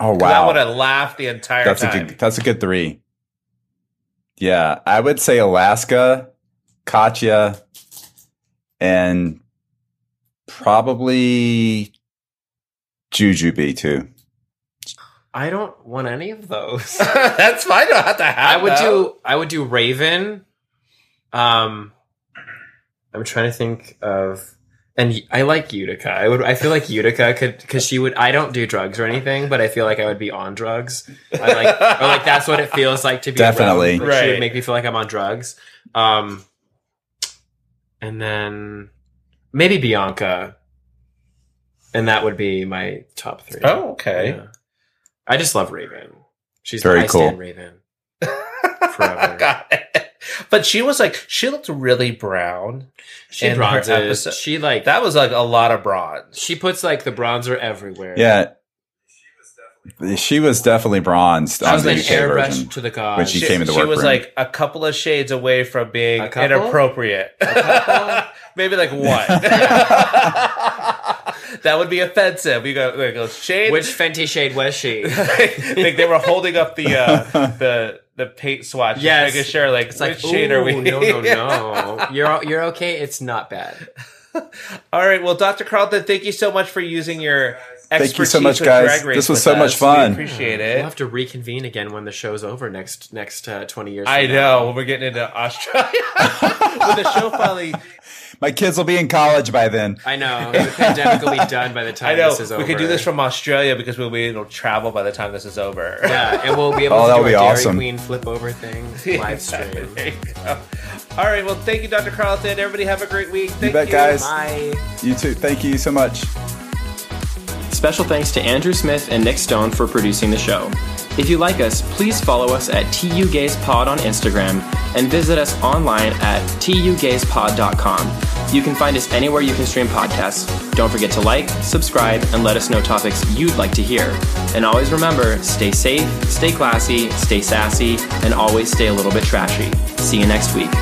Oh 'Cause I wow. would have laughed the entire that's time. a good that's a good three. Yeah, I would say Alaska, Katya, and Probably Juju B2. I don't want any of those. That's fine. I don't have to I have. would that. do I would do Raven. Um I'm trying to think of and I like Utica. I would I feel like Utica could cuz she would I don't do drugs or anything, but I feel like I would be on drugs. I like or like that's what it feels like to be Definitely. around, but She Right. would make me feel like I'm on drugs. Um and then maybe Bianca. And that would be my top 3. Oh, okay. Yeah. I just love Raven. She's Very I cool. Stand Raven. Forever. Got it. But she was like, she looked really brown. She in her bronzes. episode. She like That was like a lot of bronze. She puts like the bronzer everywhere. Yeah. She was definitely bronzed That on was the an UK airbrush version. to the gods. When she She, came in the she was workroom. like a couple of shades away from being A couple? inappropriate. couple? Maybe like one. that would be offensive. We go like a shade. Which Fenty shade was she? like they were holding up the uh, the the paint swatch, just Yes. making sure like It's like which shade are we? "Ooh, No, no, no. you're you're okay. It's not bad. All right. Well, Dr. Carlton, thank you so much for using your expertise. Thank you so much, with guys. Drag Race This was with so much us. fun. We appreciate We'll it. have to reconvene again when the show's over next next uh, twenty years. I from know. We're getting into Australia. when the show finally, My kids will be in college by then. now. I know. The pandemic will be done by the time I know this is over. we could do this from Australia because we'll be able to travel by the time this is over. yeah, and we'll be able Oh, to that do a would be Dairy awesome. Queen flip over thing live stream. There you go. All right. Well, thank you, Dr. Carlton. Everybody have a great week. Thank bet, guys. Bye. You too. Thank you so much. Special thanks to Andrew Smith and Nick Stone for producing the show. If you like us, please follow us at TU Gaze Pod on Instagram and visit us online at TUGazepod.com. You can find us anywhere you can stream podcasts. Don't forget to like, subscribe, and let us know topics you'd like to hear. And always remember stay safe, stay classy, stay sassy, and always stay a little bit trashy. See you next week.